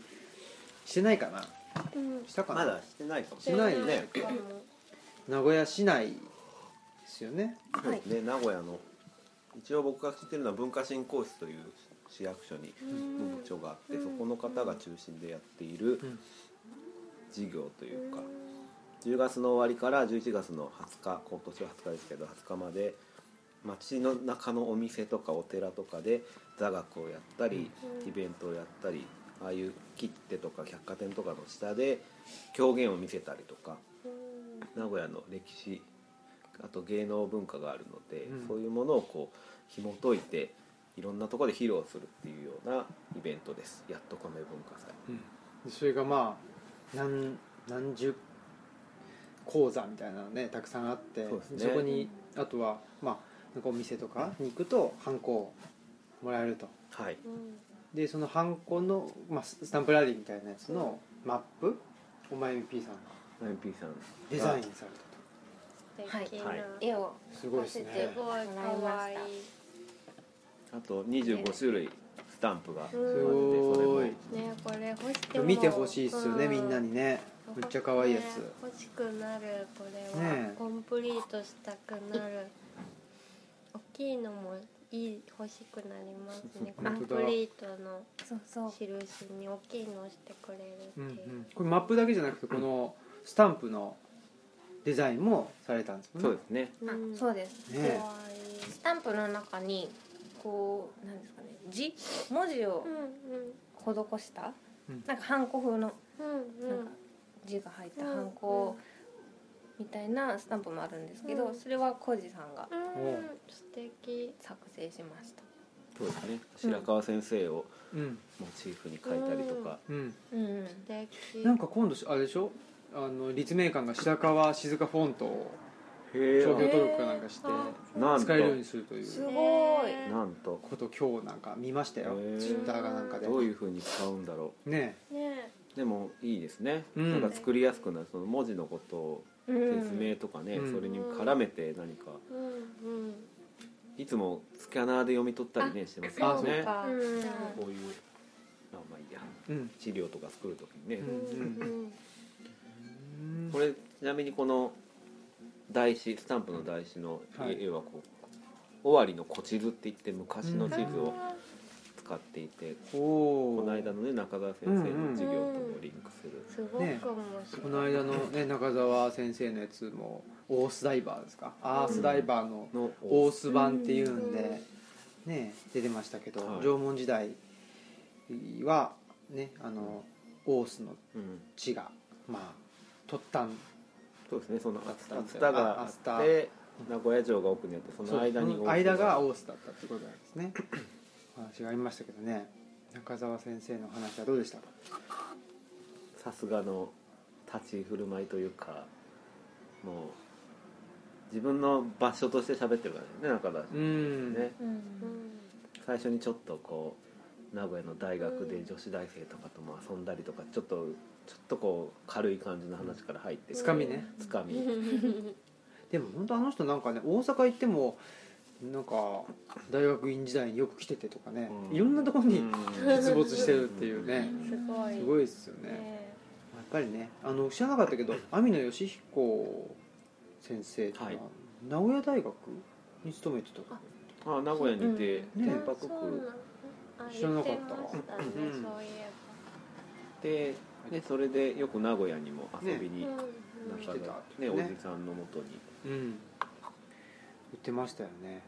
Speaker 1: してないかな
Speaker 2: うん
Speaker 1: したかな、
Speaker 3: まだしてないかもし
Speaker 1: し
Speaker 3: れ
Speaker 1: な
Speaker 3: ないい
Speaker 1: ね
Speaker 3: ね
Speaker 2: かも
Speaker 1: 名古屋市内ですよね
Speaker 3: そうですね名古屋の一応僕が知ってるのは文化振興室という市役所に
Speaker 2: うん
Speaker 3: の部長があってそこの方が中心でやってい
Speaker 1: う
Speaker 3: る
Speaker 1: ん
Speaker 3: 事業というか10月の終わりから11月の20日今年は20日ですけど20日まで街の中のお店とかお寺とかで座学をやったり
Speaker 2: うん
Speaker 3: イベントをやったりああいう切手とか百貨店とかの下で狂言を見せたりとか
Speaker 2: うん
Speaker 3: 名古屋の歴史あと芸能文化があるので、
Speaker 1: うん
Speaker 3: そういうものをこう紐解いていろんなところで披露するっていうようなイベントですやっと米文化祭
Speaker 1: でそれがまあ何何十講座みたいなのねたくさんあって
Speaker 3: そうですね
Speaker 1: こにあとはまあなんかお店とかに行くとハンコをもらえると
Speaker 3: はい
Speaker 2: うん
Speaker 1: でそのハンコの、まあ、ススタンプラリーみたいなやつのマップをまゆみ P さんが
Speaker 3: MP さん
Speaker 1: デザインされた
Speaker 2: 素敵な
Speaker 3: はい
Speaker 4: 絵を
Speaker 1: とすごいです
Speaker 2: す
Speaker 1: ね
Speaker 2: ごい可愛い
Speaker 3: あと25種類スタンプがあって
Speaker 2: うん
Speaker 1: す
Speaker 3: それも
Speaker 1: ごい
Speaker 2: ねこれ欲しい
Speaker 1: 見てほしいっすよね、
Speaker 2: うん
Speaker 1: みんなにねめっちゃ可愛いやつ、
Speaker 2: ね欲しくなるこれは、
Speaker 1: ねえ
Speaker 2: コンプリートしたくなる大きいのもいい欲しくなりますねコ
Speaker 1: 本
Speaker 2: ン
Speaker 1: 当だ
Speaker 2: プリートの
Speaker 4: そうそう
Speaker 2: 印に大きいのをしてくれるって
Speaker 1: うんう
Speaker 2: いう、
Speaker 1: ん、これマップだけじゃなくてこのスタンプのデザインもされたんですもん
Speaker 3: そうですね
Speaker 2: うん
Speaker 4: あそうです
Speaker 1: ねね
Speaker 2: 可愛い
Speaker 4: スタンプの中にこうなんですかね字文字を
Speaker 2: うん
Speaker 4: 施した、
Speaker 1: うん
Speaker 4: なんかハンコ風の
Speaker 2: うんうん
Speaker 4: なんか字が入ったハンコみたいなスタンプもあるんですけど、
Speaker 2: うん
Speaker 4: それはコージさんが
Speaker 2: うん、
Speaker 1: お
Speaker 2: う、
Speaker 1: うん
Speaker 2: 素敵
Speaker 4: 作成しました。
Speaker 3: そうですね白川先生を
Speaker 1: うん
Speaker 3: モチーフに描いたりとか、
Speaker 1: うん
Speaker 4: うん、
Speaker 2: 素敵
Speaker 1: なんか今度しあれでしょあの立命館が白川静香フォントを
Speaker 3: へ
Speaker 1: 商標
Speaker 3: え
Speaker 1: 登録かなんかして
Speaker 2: あ
Speaker 3: なん
Speaker 1: 使えるように
Speaker 3: と
Speaker 1: するとい
Speaker 4: す
Speaker 1: う
Speaker 4: ごい
Speaker 2: ね
Speaker 3: なんと
Speaker 1: ことを今日なんか見ましたよ
Speaker 3: へー
Speaker 1: ツイッターがなんかで
Speaker 3: どういうふうに使うんだろ
Speaker 1: ね
Speaker 2: ね
Speaker 3: うでもいいですね、
Speaker 1: うん
Speaker 3: なんか作りやすくなるその文字のことを
Speaker 4: うん
Speaker 3: 説明とかね、
Speaker 1: うん
Speaker 3: それに絡めて何か
Speaker 2: うんうん
Speaker 3: いつもスキャナーで読み取ったりねしてますよね
Speaker 2: か
Speaker 4: うん
Speaker 2: じゃ
Speaker 3: こういうあまあいいや
Speaker 1: うん
Speaker 3: 資料とか作る時にね、
Speaker 2: あ
Speaker 1: う
Speaker 2: うん
Speaker 1: ん
Speaker 2: う
Speaker 1: う
Speaker 2: ん
Speaker 1: ん
Speaker 3: これちなみにこの台紙スタンプの台紙の
Speaker 1: はい
Speaker 3: 絵はこう尾張の古地図って言って昔の地図を
Speaker 2: あ
Speaker 3: 使っていて、
Speaker 1: お
Speaker 3: こ
Speaker 1: お
Speaker 3: の間のね中澤先生の授業ともリンクする、
Speaker 2: ーすごく面
Speaker 1: ねこの
Speaker 2: 白い、
Speaker 1: 間の
Speaker 3: [LAUGHS]
Speaker 1: ね中澤先生のやつもオースダイバーですかアースダイバーの
Speaker 3: の
Speaker 1: オー
Speaker 3: ス
Speaker 1: ス版っていうんで、ね、出てましたけど、
Speaker 3: はい
Speaker 1: 縄文時代は、ね、あのオースの
Speaker 3: うん、
Speaker 1: 地が、まあ、突端
Speaker 3: そうですねその
Speaker 1: あったんだよ
Speaker 3: 熱田があ
Speaker 1: あ熱
Speaker 3: っ
Speaker 1: 田
Speaker 3: て名古屋城が奥にあってその間に
Speaker 1: そ
Speaker 3: 大須
Speaker 1: の間がオースだったってことなんですねお [COUGHS] 話がありましたけどね中澤先生の話はどうでしたか
Speaker 3: さすがの立ち振る舞いというかもう自分の場所として喋ってるからね中田
Speaker 1: う
Speaker 3: 氏
Speaker 1: ん
Speaker 3: ね
Speaker 4: う、
Speaker 2: うんん
Speaker 3: 最初にちょっとこう名古屋の大学で女子大生とかとも遊んだりとかちょっとちょっとこう軽い感じの話から入って
Speaker 1: つかみね
Speaker 3: つかみ
Speaker 1: でも本当あの人なんかね大阪行ってもなんか大学院時代によく来ててとかね、
Speaker 3: うん
Speaker 1: いろんなところに出
Speaker 3: 出
Speaker 1: 没してるっていうね、
Speaker 2: すごい
Speaker 1: すごいですよね、
Speaker 2: ね
Speaker 1: やっぱりねあの知らなかったけど網野義彦先生っていうのは
Speaker 3: はい
Speaker 1: 名古屋大学に勤めてた
Speaker 2: あ
Speaker 3: あ名古屋にいて
Speaker 1: うんね
Speaker 3: 天白
Speaker 2: そうなの
Speaker 3: 区
Speaker 2: あ
Speaker 1: 知らなかった
Speaker 2: 言てましたね
Speaker 1: うん
Speaker 2: そういえ
Speaker 3: ででそれでよく名古屋にも遊びに
Speaker 2: ば、
Speaker 3: なんか
Speaker 1: 来てたって
Speaker 3: ね
Speaker 1: ね
Speaker 3: おじさんのもとに
Speaker 1: うん言ってましたよね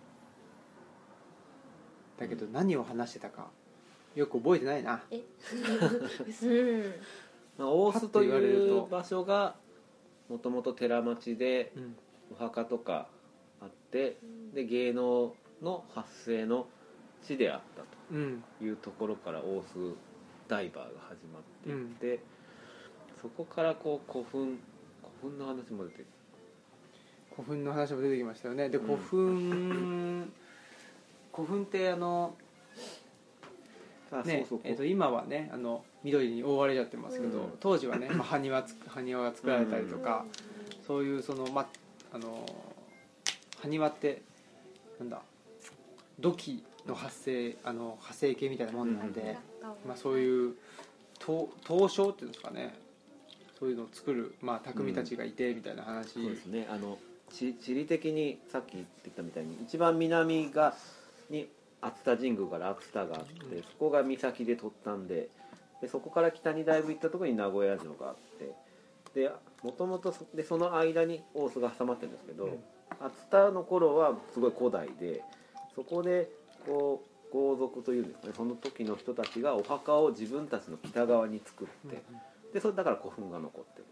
Speaker 1: だけど何を話してたかよく覚えてないな
Speaker 4: うん、
Speaker 3: まあ大須と
Speaker 1: はって言われ
Speaker 3: い
Speaker 1: る
Speaker 3: う
Speaker 1: と
Speaker 3: 場所がもともと寺町で
Speaker 1: うん
Speaker 3: お墓とかあって
Speaker 2: うん
Speaker 3: で芸能の発生の地であった
Speaker 1: うん
Speaker 3: というところから大須ダイバーが始まっていって、そこからこう古墳古墳の話も出て
Speaker 1: 古墳の話も出てきましたよねで
Speaker 3: うん
Speaker 1: 古墳、古墳ってあの
Speaker 3: あ
Speaker 1: ね
Speaker 3: そうそう、
Speaker 1: えー、と今はねあの緑に覆われちゃってますけど、
Speaker 3: うん
Speaker 1: 当時はね、まあ、埴輪つ埴輪が作られたりとか、
Speaker 2: うん
Speaker 1: そういうそのまあの埴輪ってなんだ土器の発生あの派生系みたいなもんなんで、
Speaker 3: うん
Speaker 2: なんか
Speaker 1: まあ、そういう刀刀匠っていうんですかねそういうのを作る、まあ、匠たちがいてみたいな話、
Speaker 3: そうですねあのち地理的にさっき言ってきたみたいに一番南がに熱田神宮から熱田があって、
Speaker 1: うん
Speaker 3: そこが岬で取ったんででそこから北にだいぶ行ったところに名古屋城があってでもともとそでその間に大須が挟まってるんですけど、
Speaker 1: うん
Speaker 3: 熱田の頃はすごい古代でそこでこう豪族というんですかねその時の人たちがお墓を自分たちの北側に作って。でそれだから古墳が残ってる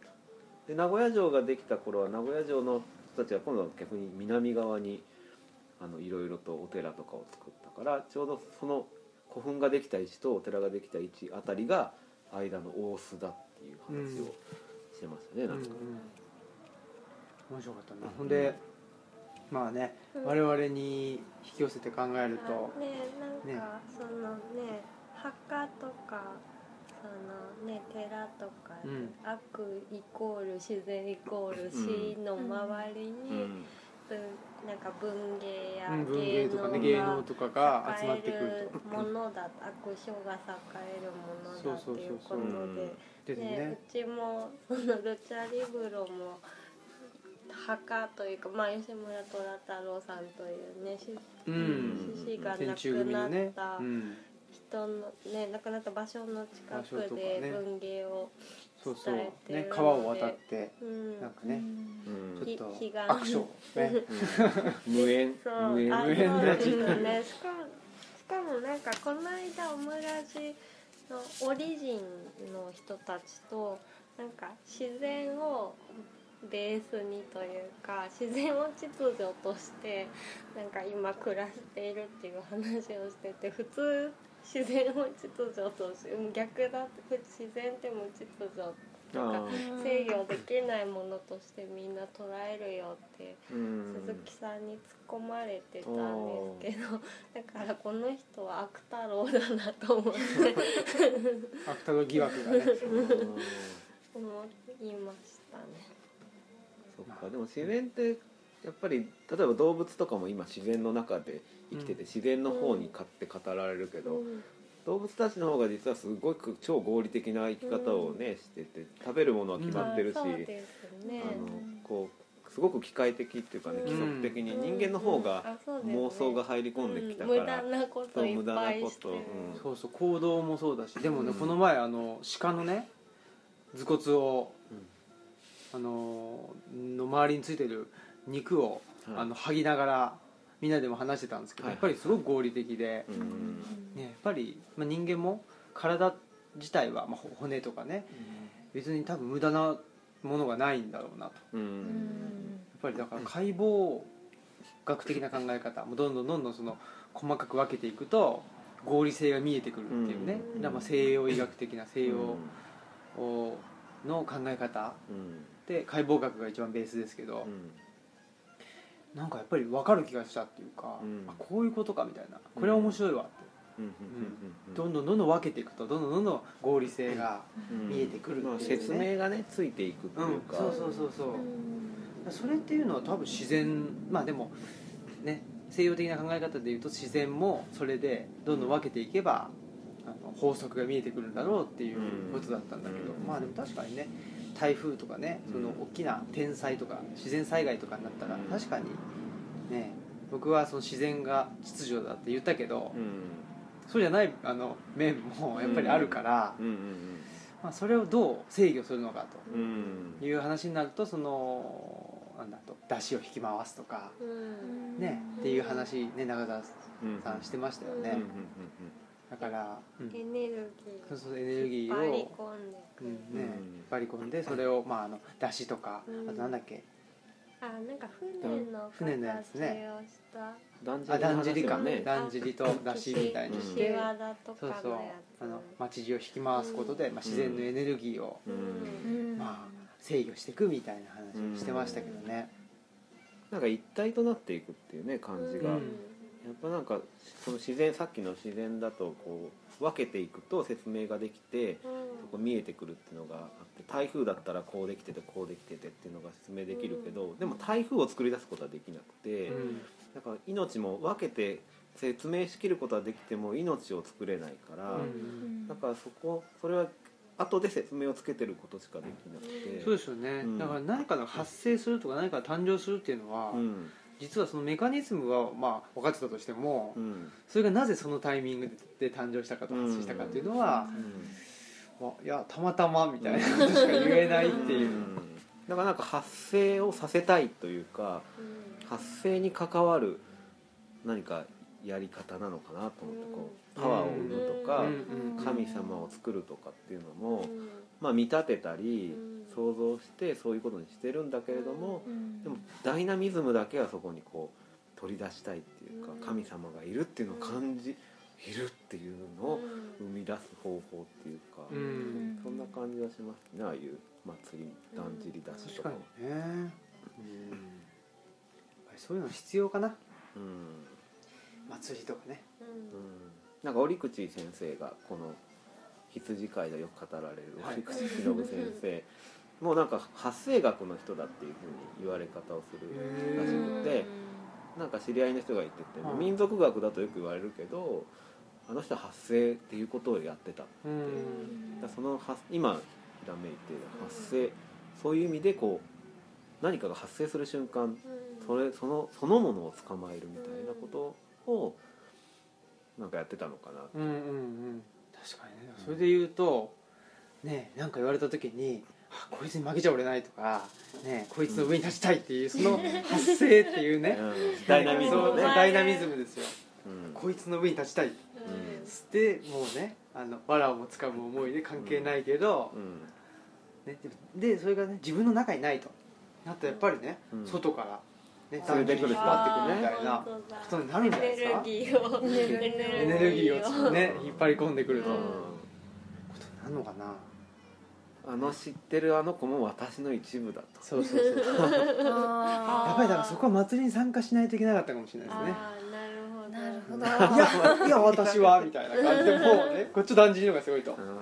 Speaker 3: とで名古屋城ができた頃は名古屋城の人たちが今度は逆に南側にあのいろいろとお寺とかを作ったからちょうどその古墳ができた位置とお寺ができた位置あたりが間の大須だっていう話をしてましたね、
Speaker 1: うん
Speaker 3: な
Speaker 1: うんん
Speaker 3: か、
Speaker 1: 面白かったな、
Speaker 3: うん
Speaker 1: ほんでまあね
Speaker 2: うん
Speaker 1: 我々に引き寄せて考えると、
Speaker 2: ねなんか、そのね墓とかそのね寺とか、
Speaker 1: うん
Speaker 2: 悪イコール自然イコール死の周りに、
Speaker 3: うん
Speaker 2: ぶんなんか文芸や
Speaker 1: うん文
Speaker 2: 芸
Speaker 1: 芸とかね芸能
Speaker 2: 能
Speaker 1: とか
Speaker 2: が
Speaker 1: が集まってくる
Speaker 2: 栄えるものだ悪性が栄えるものだっていうこ
Speaker 1: そうそうそう
Speaker 3: そう
Speaker 2: とで。
Speaker 1: とです
Speaker 2: ね
Speaker 1: ね、
Speaker 2: うちもそのルチャリブロも墓というか、まあ、吉村虎太郎さんというねし
Speaker 1: う
Speaker 3: うん
Speaker 1: ん
Speaker 2: 獅子が
Speaker 1: 天
Speaker 2: 亡
Speaker 1: 中
Speaker 2: く
Speaker 1: 組
Speaker 2: な
Speaker 1: のね
Speaker 2: っ、た
Speaker 1: うん、
Speaker 2: 人のね亡くなった場所の近
Speaker 1: 場所と
Speaker 2: く
Speaker 1: か
Speaker 2: で
Speaker 1: ね
Speaker 2: 文芸を、
Speaker 1: そうそう
Speaker 2: 伝えてる
Speaker 1: ね
Speaker 2: ので
Speaker 1: 川を渡って
Speaker 2: うん、
Speaker 1: なんかね、
Speaker 3: う
Speaker 1: ちょっ
Speaker 3: ん
Speaker 1: と
Speaker 2: ひ彼岸
Speaker 1: アクションね
Speaker 3: うん無縁
Speaker 2: そう
Speaker 3: 無縁
Speaker 2: あ
Speaker 1: 無縁
Speaker 2: そう
Speaker 1: ラ
Speaker 2: で
Speaker 1: ジ
Speaker 2: すねしかもしかもなんかこの間オムラジのオリジンの人たちとなんか自然をベースにというか自然を秩序としてなんか今暮らしているっていう話をしてて普通自然を秩序としてうん逆だって自然っても秩序
Speaker 3: あ
Speaker 2: なんか
Speaker 3: ー
Speaker 2: 制御できないものとしてみんな捉えるよって
Speaker 3: うん
Speaker 2: 鈴木さんに突っ込まれてたんですけどだからこの人は悪太郎だなと思って
Speaker 1: 芥川疑惑がね
Speaker 3: うん
Speaker 2: 思いましたね。
Speaker 3: そっかでも自然ってやっぱり例えば動物とかも今自然の中で生きてて
Speaker 1: うん
Speaker 3: 自然の方に勝って語られるけど、
Speaker 2: うん
Speaker 3: 動物たちの方が実はすごく超合理的な生き方をね、してて食べるものは決まってるし、
Speaker 2: あそうですね。
Speaker 3: あのこうすごく機械的っていうかね
Speaker 2: うん
Speaker 3: 規則的に
Speaker 2: うん
Speaker 3: 人間の方
Speaker 2: うん
Speaker 3: が
Speaker 2: あそうですね
Speaker 3: 妄想が入り込んできたか
Speaker 2: うん無
Speaker 3: ら
Speaker 2: 駄、なこと
Speaker 3: そう
Speaker 2: いっぱいしてる
Speaker 3: 無駄なこ
Speaker 1: そうそう行動もそうだしでもね、
Speaker 3: うん
Speaker 1: この前あの鹿のね頭骨を
Speaker 3: う
Speaker 1: あ
Speaker 3: ん
Speaker 1: のの周りについてる肉を、
Speaker 3: はい
Speaker 1: あの剥ぎながらみんなでも話してたんですけど、
Speaker 3: はい
Speaker 1: やっぱりすごく合理的で、
Speaker 3: うん
Speaker 1: ね、やっぱり、まあ、人間も体自体は、まあ、ほ骨とかね別に多分無駄なものがないんだろうなとや
Speaker 3: うん
Speaker 1: っぱりだから解剖学的な考え方もうどんどんどんどんその細かく分けていくと合理性が見えてくるっていうね、
Speaker 3: うん
Speaker 1: だからまあ西洋医学的な西洋
Speaker 3: うん
Speaker 1: をの考え方
Speaker 3: うん
Speaker 1: で解剖学が一番ベースですけど、
Speaker 3: うん
Speaker 1: なんかやっぱり分かる気がしたっていうか、
Speaker 3: うん
Speaker 1: あこういうことかみたいなこれは面白いわって、
Speaker 3: うんうんうん
Speaker 1: どんどんどんどん分けていくとどんどんどんどん合理性が、
Speaker 3: うん
Speaker 1: 見えてくるっていうね
Speaker 3: まあ説明がねついていくって
Speaker 1: うん
Speaker 3: いうか、
Speaker 1: そうそうそうそう、それっていうのは多分自然まあでもね西洋的な考え方でいうと自然もそれでどんどん分けていけば、あの法則が見えてくるんだろうっていうことだったんだけど、
Speaker 3: うん
Speaker 1: まあでも確かにね台風とかね
Speaker 3: うん
Speaker 1: その大きな天災とか自然災害とかになったら
Speaker 3: うん
Speaker 1: 確かにね僕はその自然が秩序だって言ったけど、
Speaker 3: うん
Speaker 1: そうじゃないあの面もやっぱりあるから、
Speaker 3: うん
Speaker 1: まあ、それをどう制御するのか
Speaker 3: うんうん
Speaker 1: という話になるとそのなんだと出汁を引き回すとか、
Speaker 2: うん
Speaker 1: ね、っていう話ね中澤
Speaker 3: うん
Speaker 1: さんしてましたよ
Speaker 3: うん
Speaker 1: ね
Speaker 3: うん、
Speaker 1: だから、うん
Speaker 2: エネル
Speaker 1: そう
Speaker 2: ギ
Speaker 1: そうエネルギ
Speaker 2: ー引っ
Speaker 1: ー
Speaker 2: 張
Speaker 1: を、
Speaker 2: り込んでく
Speaker 1: う
Speaker 2: る
Speaker 1: んね、
Speaker 3: うん
Speaker 1: 引っ張り込んでそれを、まあ、あの出汁とか
Speaker 2: うん
Speaker 1: あとなんだっけ
Speaker 2: あなんか船の
Speaker 1: 船のやつ
Speaker 2: 形
Speaker 1: ね
Speaker 2: をした
Speaker 3: だんじり
Speaker 1: あだんじり
Speaker 3: の話
Speaker 1: か
Speaker 3: はね
Speaker 1: だんじりと出汁みたいにし、
Speaker 2: して岸和田とか
Speaker 1: そうそう
Speaker 2: のやつ
Speaker 1: あの町地を引き回すことで、まあ、自然のエネルギーを、
Speaker 3: うん
Speaker 1: まあ、制御していくみたいな話をしてましたけどね。
Speaker 3: なんか一体となっていくっていうね感じが、
Speaker 1: うん
Speaker 3: やっぱなんかその自然さっきの自然だとこう分けていくと説明ができてそこ見えてくるっていうのがあって台風だったらこうできててこうできててっていうのが説明できるけど、でも台風を作り出すことはできなくて、
Speaker 1: うん
Speaker 3: だから命も分けて説明しきることはできても命を作れないから。
Speaker 1: うん
Speaker 3: だからそこそれは後で説明をつけてることしかできなくて
Speaker 1: そうですよね、
Speaker 3: うん
Speaker 1: だから何かが発生するとか何かが誕生するっていうのは、
Speaker 3: うん
Speaker 1: 実はそのメカニズムはまあ分かってたとしても、
Speaker 3: うん
Speaker 1: それがなぜそのタイミングで誕生したかと発生したかっていうのは
Speaker 3: う、ん
Speaker 1: まあいやたまたまみたいなことしか言えないっていう
Speaker 3: う、んだからなんか発生をさせたいというか発生に関わる何かやり方なのかなと思ってこ
Speaker 1: う
Speaker 3: う
Speaker 1: ん
Speaker 3: パワーを生むとか
Speaker 1: うんうんうん
Speaker 3: 神様を作るとかっていうのも
Speaker 2: うん
Speaker 3: まあ見立てたり
Speaker 2: うん
Speaker 3: 想像してそういうことにしてるんだけれども
Speaker 4: うん
Speaker 3: でもダイナミズムだけはそこにこう取り出したいっていうか
Speaker 2: うん
Speaker 3: 神様がいるっていうのを感じいるっていうのを生み出す方法っていうか
Speaker 1: うん
Speaker 4: うん
Speaker 3: そんな感じはしますねああいう祭りだんじり出
Speaker 1: 確
Speaker 3: しとか
Speaker 1: か。にね、うん、やっぱりそういうの必要かな
Speaker 3: うん
Speaker 1: 祭りとかね
Speaker 3: うんなんか折口先生がこの羊飼いでよく語られる
Speaker 1: はい
Speaker 3: 折口忍先生もうなんか発生学の人だっていうふうに言われ方をするらしくてなんか知り合いの人が言ってて、
Speaker 1: はい
Speaker 3: 民族学だとよく言われるけどあの人は発生っていうことをやってただか
Speaker 1: う
Speaker 2: うん
Speaker 1: ん
Speaker 3: らその発今ひらめいて発生そういう意味でこう何かが発生する瞬間それそのそのものを捕まえるみたいなことをなんかやってたのかな
Speaker 1: うんうんうん確かにねそれで言うとねなんか言われた時にあこいつに負けちゃおれないとか、ね、こいつの上に立ちたいっていうその発生っていうね
Speaker 3: うん [LAUGHS] ダイナミズム
Speaker 1: そう
Speaker 3: ね、
Speaker 1: ダイナミズムですよ
Speaker 3: うん
Speaker 1: こいつの上に立ちたい
Speaker 3: うん
Speaker 1: そしてもうねあの藁をもつかむ思いで関係ないけど、ね、でそれがね自分の中にないとなったらやっぱりね、
Speaker 3: うん
Speaker 1: 外からね
Speaker 3: 連れてくる人
Speaker 1: 引
Speaker 3: が
Speaker 1: っ張ってくるみたいなことになるんじゃないですか
Speaker 2: エネルギーを
Speaker 4: エ
Speaker 1: エネルギーをね引っ張り込んでくると、
Speaker 2: うん
Speaker 1: ことになるのかな
Speaker 3: うんあの知ってるあの子も私の一部だと
Speaker 1: そうそうそう
Speaker 4: あ
Speaker 1: [LAUGHS]
Speaker 4: ー
Speaker 1: やっぱりだからそこは祭りに参加しないといけなかったかもしれないですね
Speaker 2: あーなるほど
Speaker 4: なるほど
Speaker 1: いやいや私はみたいな感じでもうね [LAUGHS] こっちの断じりの方がすごいと
Speaker 3: うん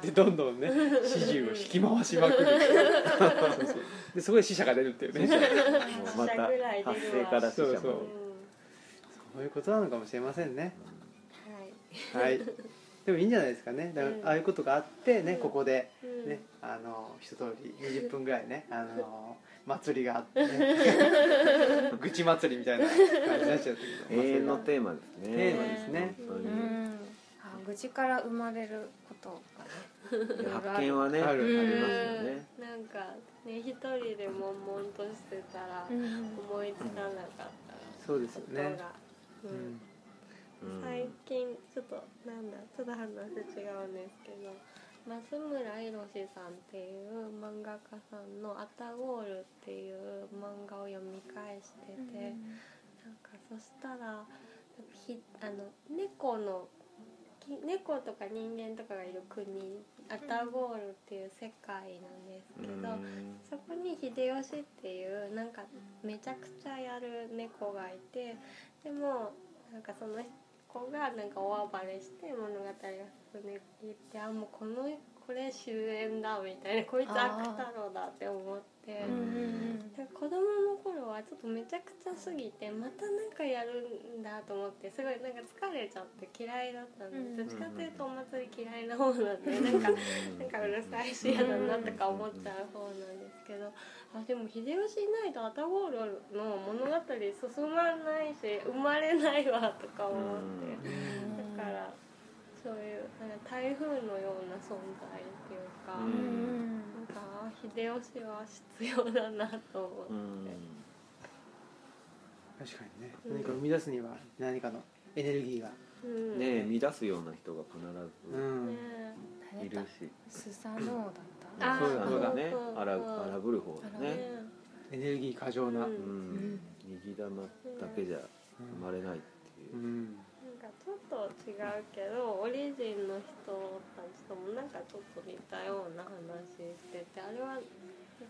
Speaker 1: でどんどんね始終を引き回しま [LAUGHS] くるっていうそうそうでそこで死者が出るっていうね
Speaker 3: ま
Speaker 2: [LAUGHS]
Speaker 3: た
Speaker 2: ぐらい出るわ
Speaker 3: 発生から死
Speaker 1: そ
Speaker 3: 者まで
Speaker 1: うそうそういうことなのかもしれませんねはいでもいいんじゃないですかねだか
Speaker 2: うん
Speaker 1: らああいうことがあってね
Speaker 2: うん
Speaker 1: ここで
Speaker 2: うん
Speaker 1: ねあの一通り20分ぐらいねあの祭りがあって、ね、 [LAUGHS] 愚痴祭りみたいな感じになっちゃったけど
Speaker 3: 永遠の
Speaker 1: 祭
Speaker 3: テーマですね
Speaker 1: テーマですね
Speaker 3: 本
Speaker 4: うんあ愚痴から生まれることがね
Speaker 3: 当に発見はね
Speaker 1: ある
Speaker 3: あ
Speaker 1: あ
Speaker 3: り
Speaker 1: る
Speaker 3: ますよね
Speaker 2: うんなんかね一人で悶々としてたら思いつかなかった
Speaker 1: そうですよね
Speaker 2: ことがう
Speaker 1: りうん
Speaker 2: ん
Speaker 3: うん
Speaker 2: 最近ちょっとなんだちょっと話違うんですけど増村いろしさんっていう漫画家さんの「アタゴール」っていう漫画を読み返してて、なんかそしたらひあの猫のき猫とか人間とかがいる国アタゴールっていう世界なんですけど、
Speaker 3: うん
Speaker 2: そこに秀吉っていうなんかめちゃくちゃやる猫がいてでもなんかその子がなんか大暴れして物語が進んでいってあもうこのこれ終焉だみたいなこいつ
Speaker 4: あー
Speaker 2: 悪太郎だって思って。
Speaker 3: うん
Speaker 2: なんか子供の頃はちょっとめちゃくちゃすぎてまたなんかやるんだと思ってすごいなんか疲れちゃって嫌いだったんです、
Speaker 4: うん
Speaker 2: どっちかというとお祭り嫌いな方なんでなんかなんかうるさいし嫌だなとか思っちゃう方なんですけどあでも秀吉いないとアタゴールの物語進まないし生まれないわとか思って
Speaker 4: うん
Speaker 2: だからそういうなんか台風のような存在っていうか
Speaker 3: う
Speaker 4: うん
Speaker 2: なんかあ秀吉は必要だなと思って
Speaker 3: う。ん
Speaker 1: 確かにね
Speaker 2: うん
Speaker 1: 何か生み出すには何かのエネルギーが
Speaker 2: うん
Speaker 3: ねえ乱すような人が
Speaker 1: う
Speaker 3: 必
Speaker 1: ん、
Speaker 2: ね
Speaker 3: ずい
Speaker 4: 誰だ
Speaker 3: るし
Speaker 4: スサノオだった
Speaker 2: あー
Speaker 3: そうだそうだね
Speaker 2: そうそう
Speaker 3: あら荒ぶる方だ
Speaker 4: え
Speaker 3: ね
Speaker 1: エネルギー過剰な、
Speaker 2: う
Speaker 3: うんん右玉だけじゃ生まれないっていうう、
Speaker 1: ん
Speaker 2: なんかちょっと違うけどオリジンの人たちともなんかちょっと似たような話しててあれは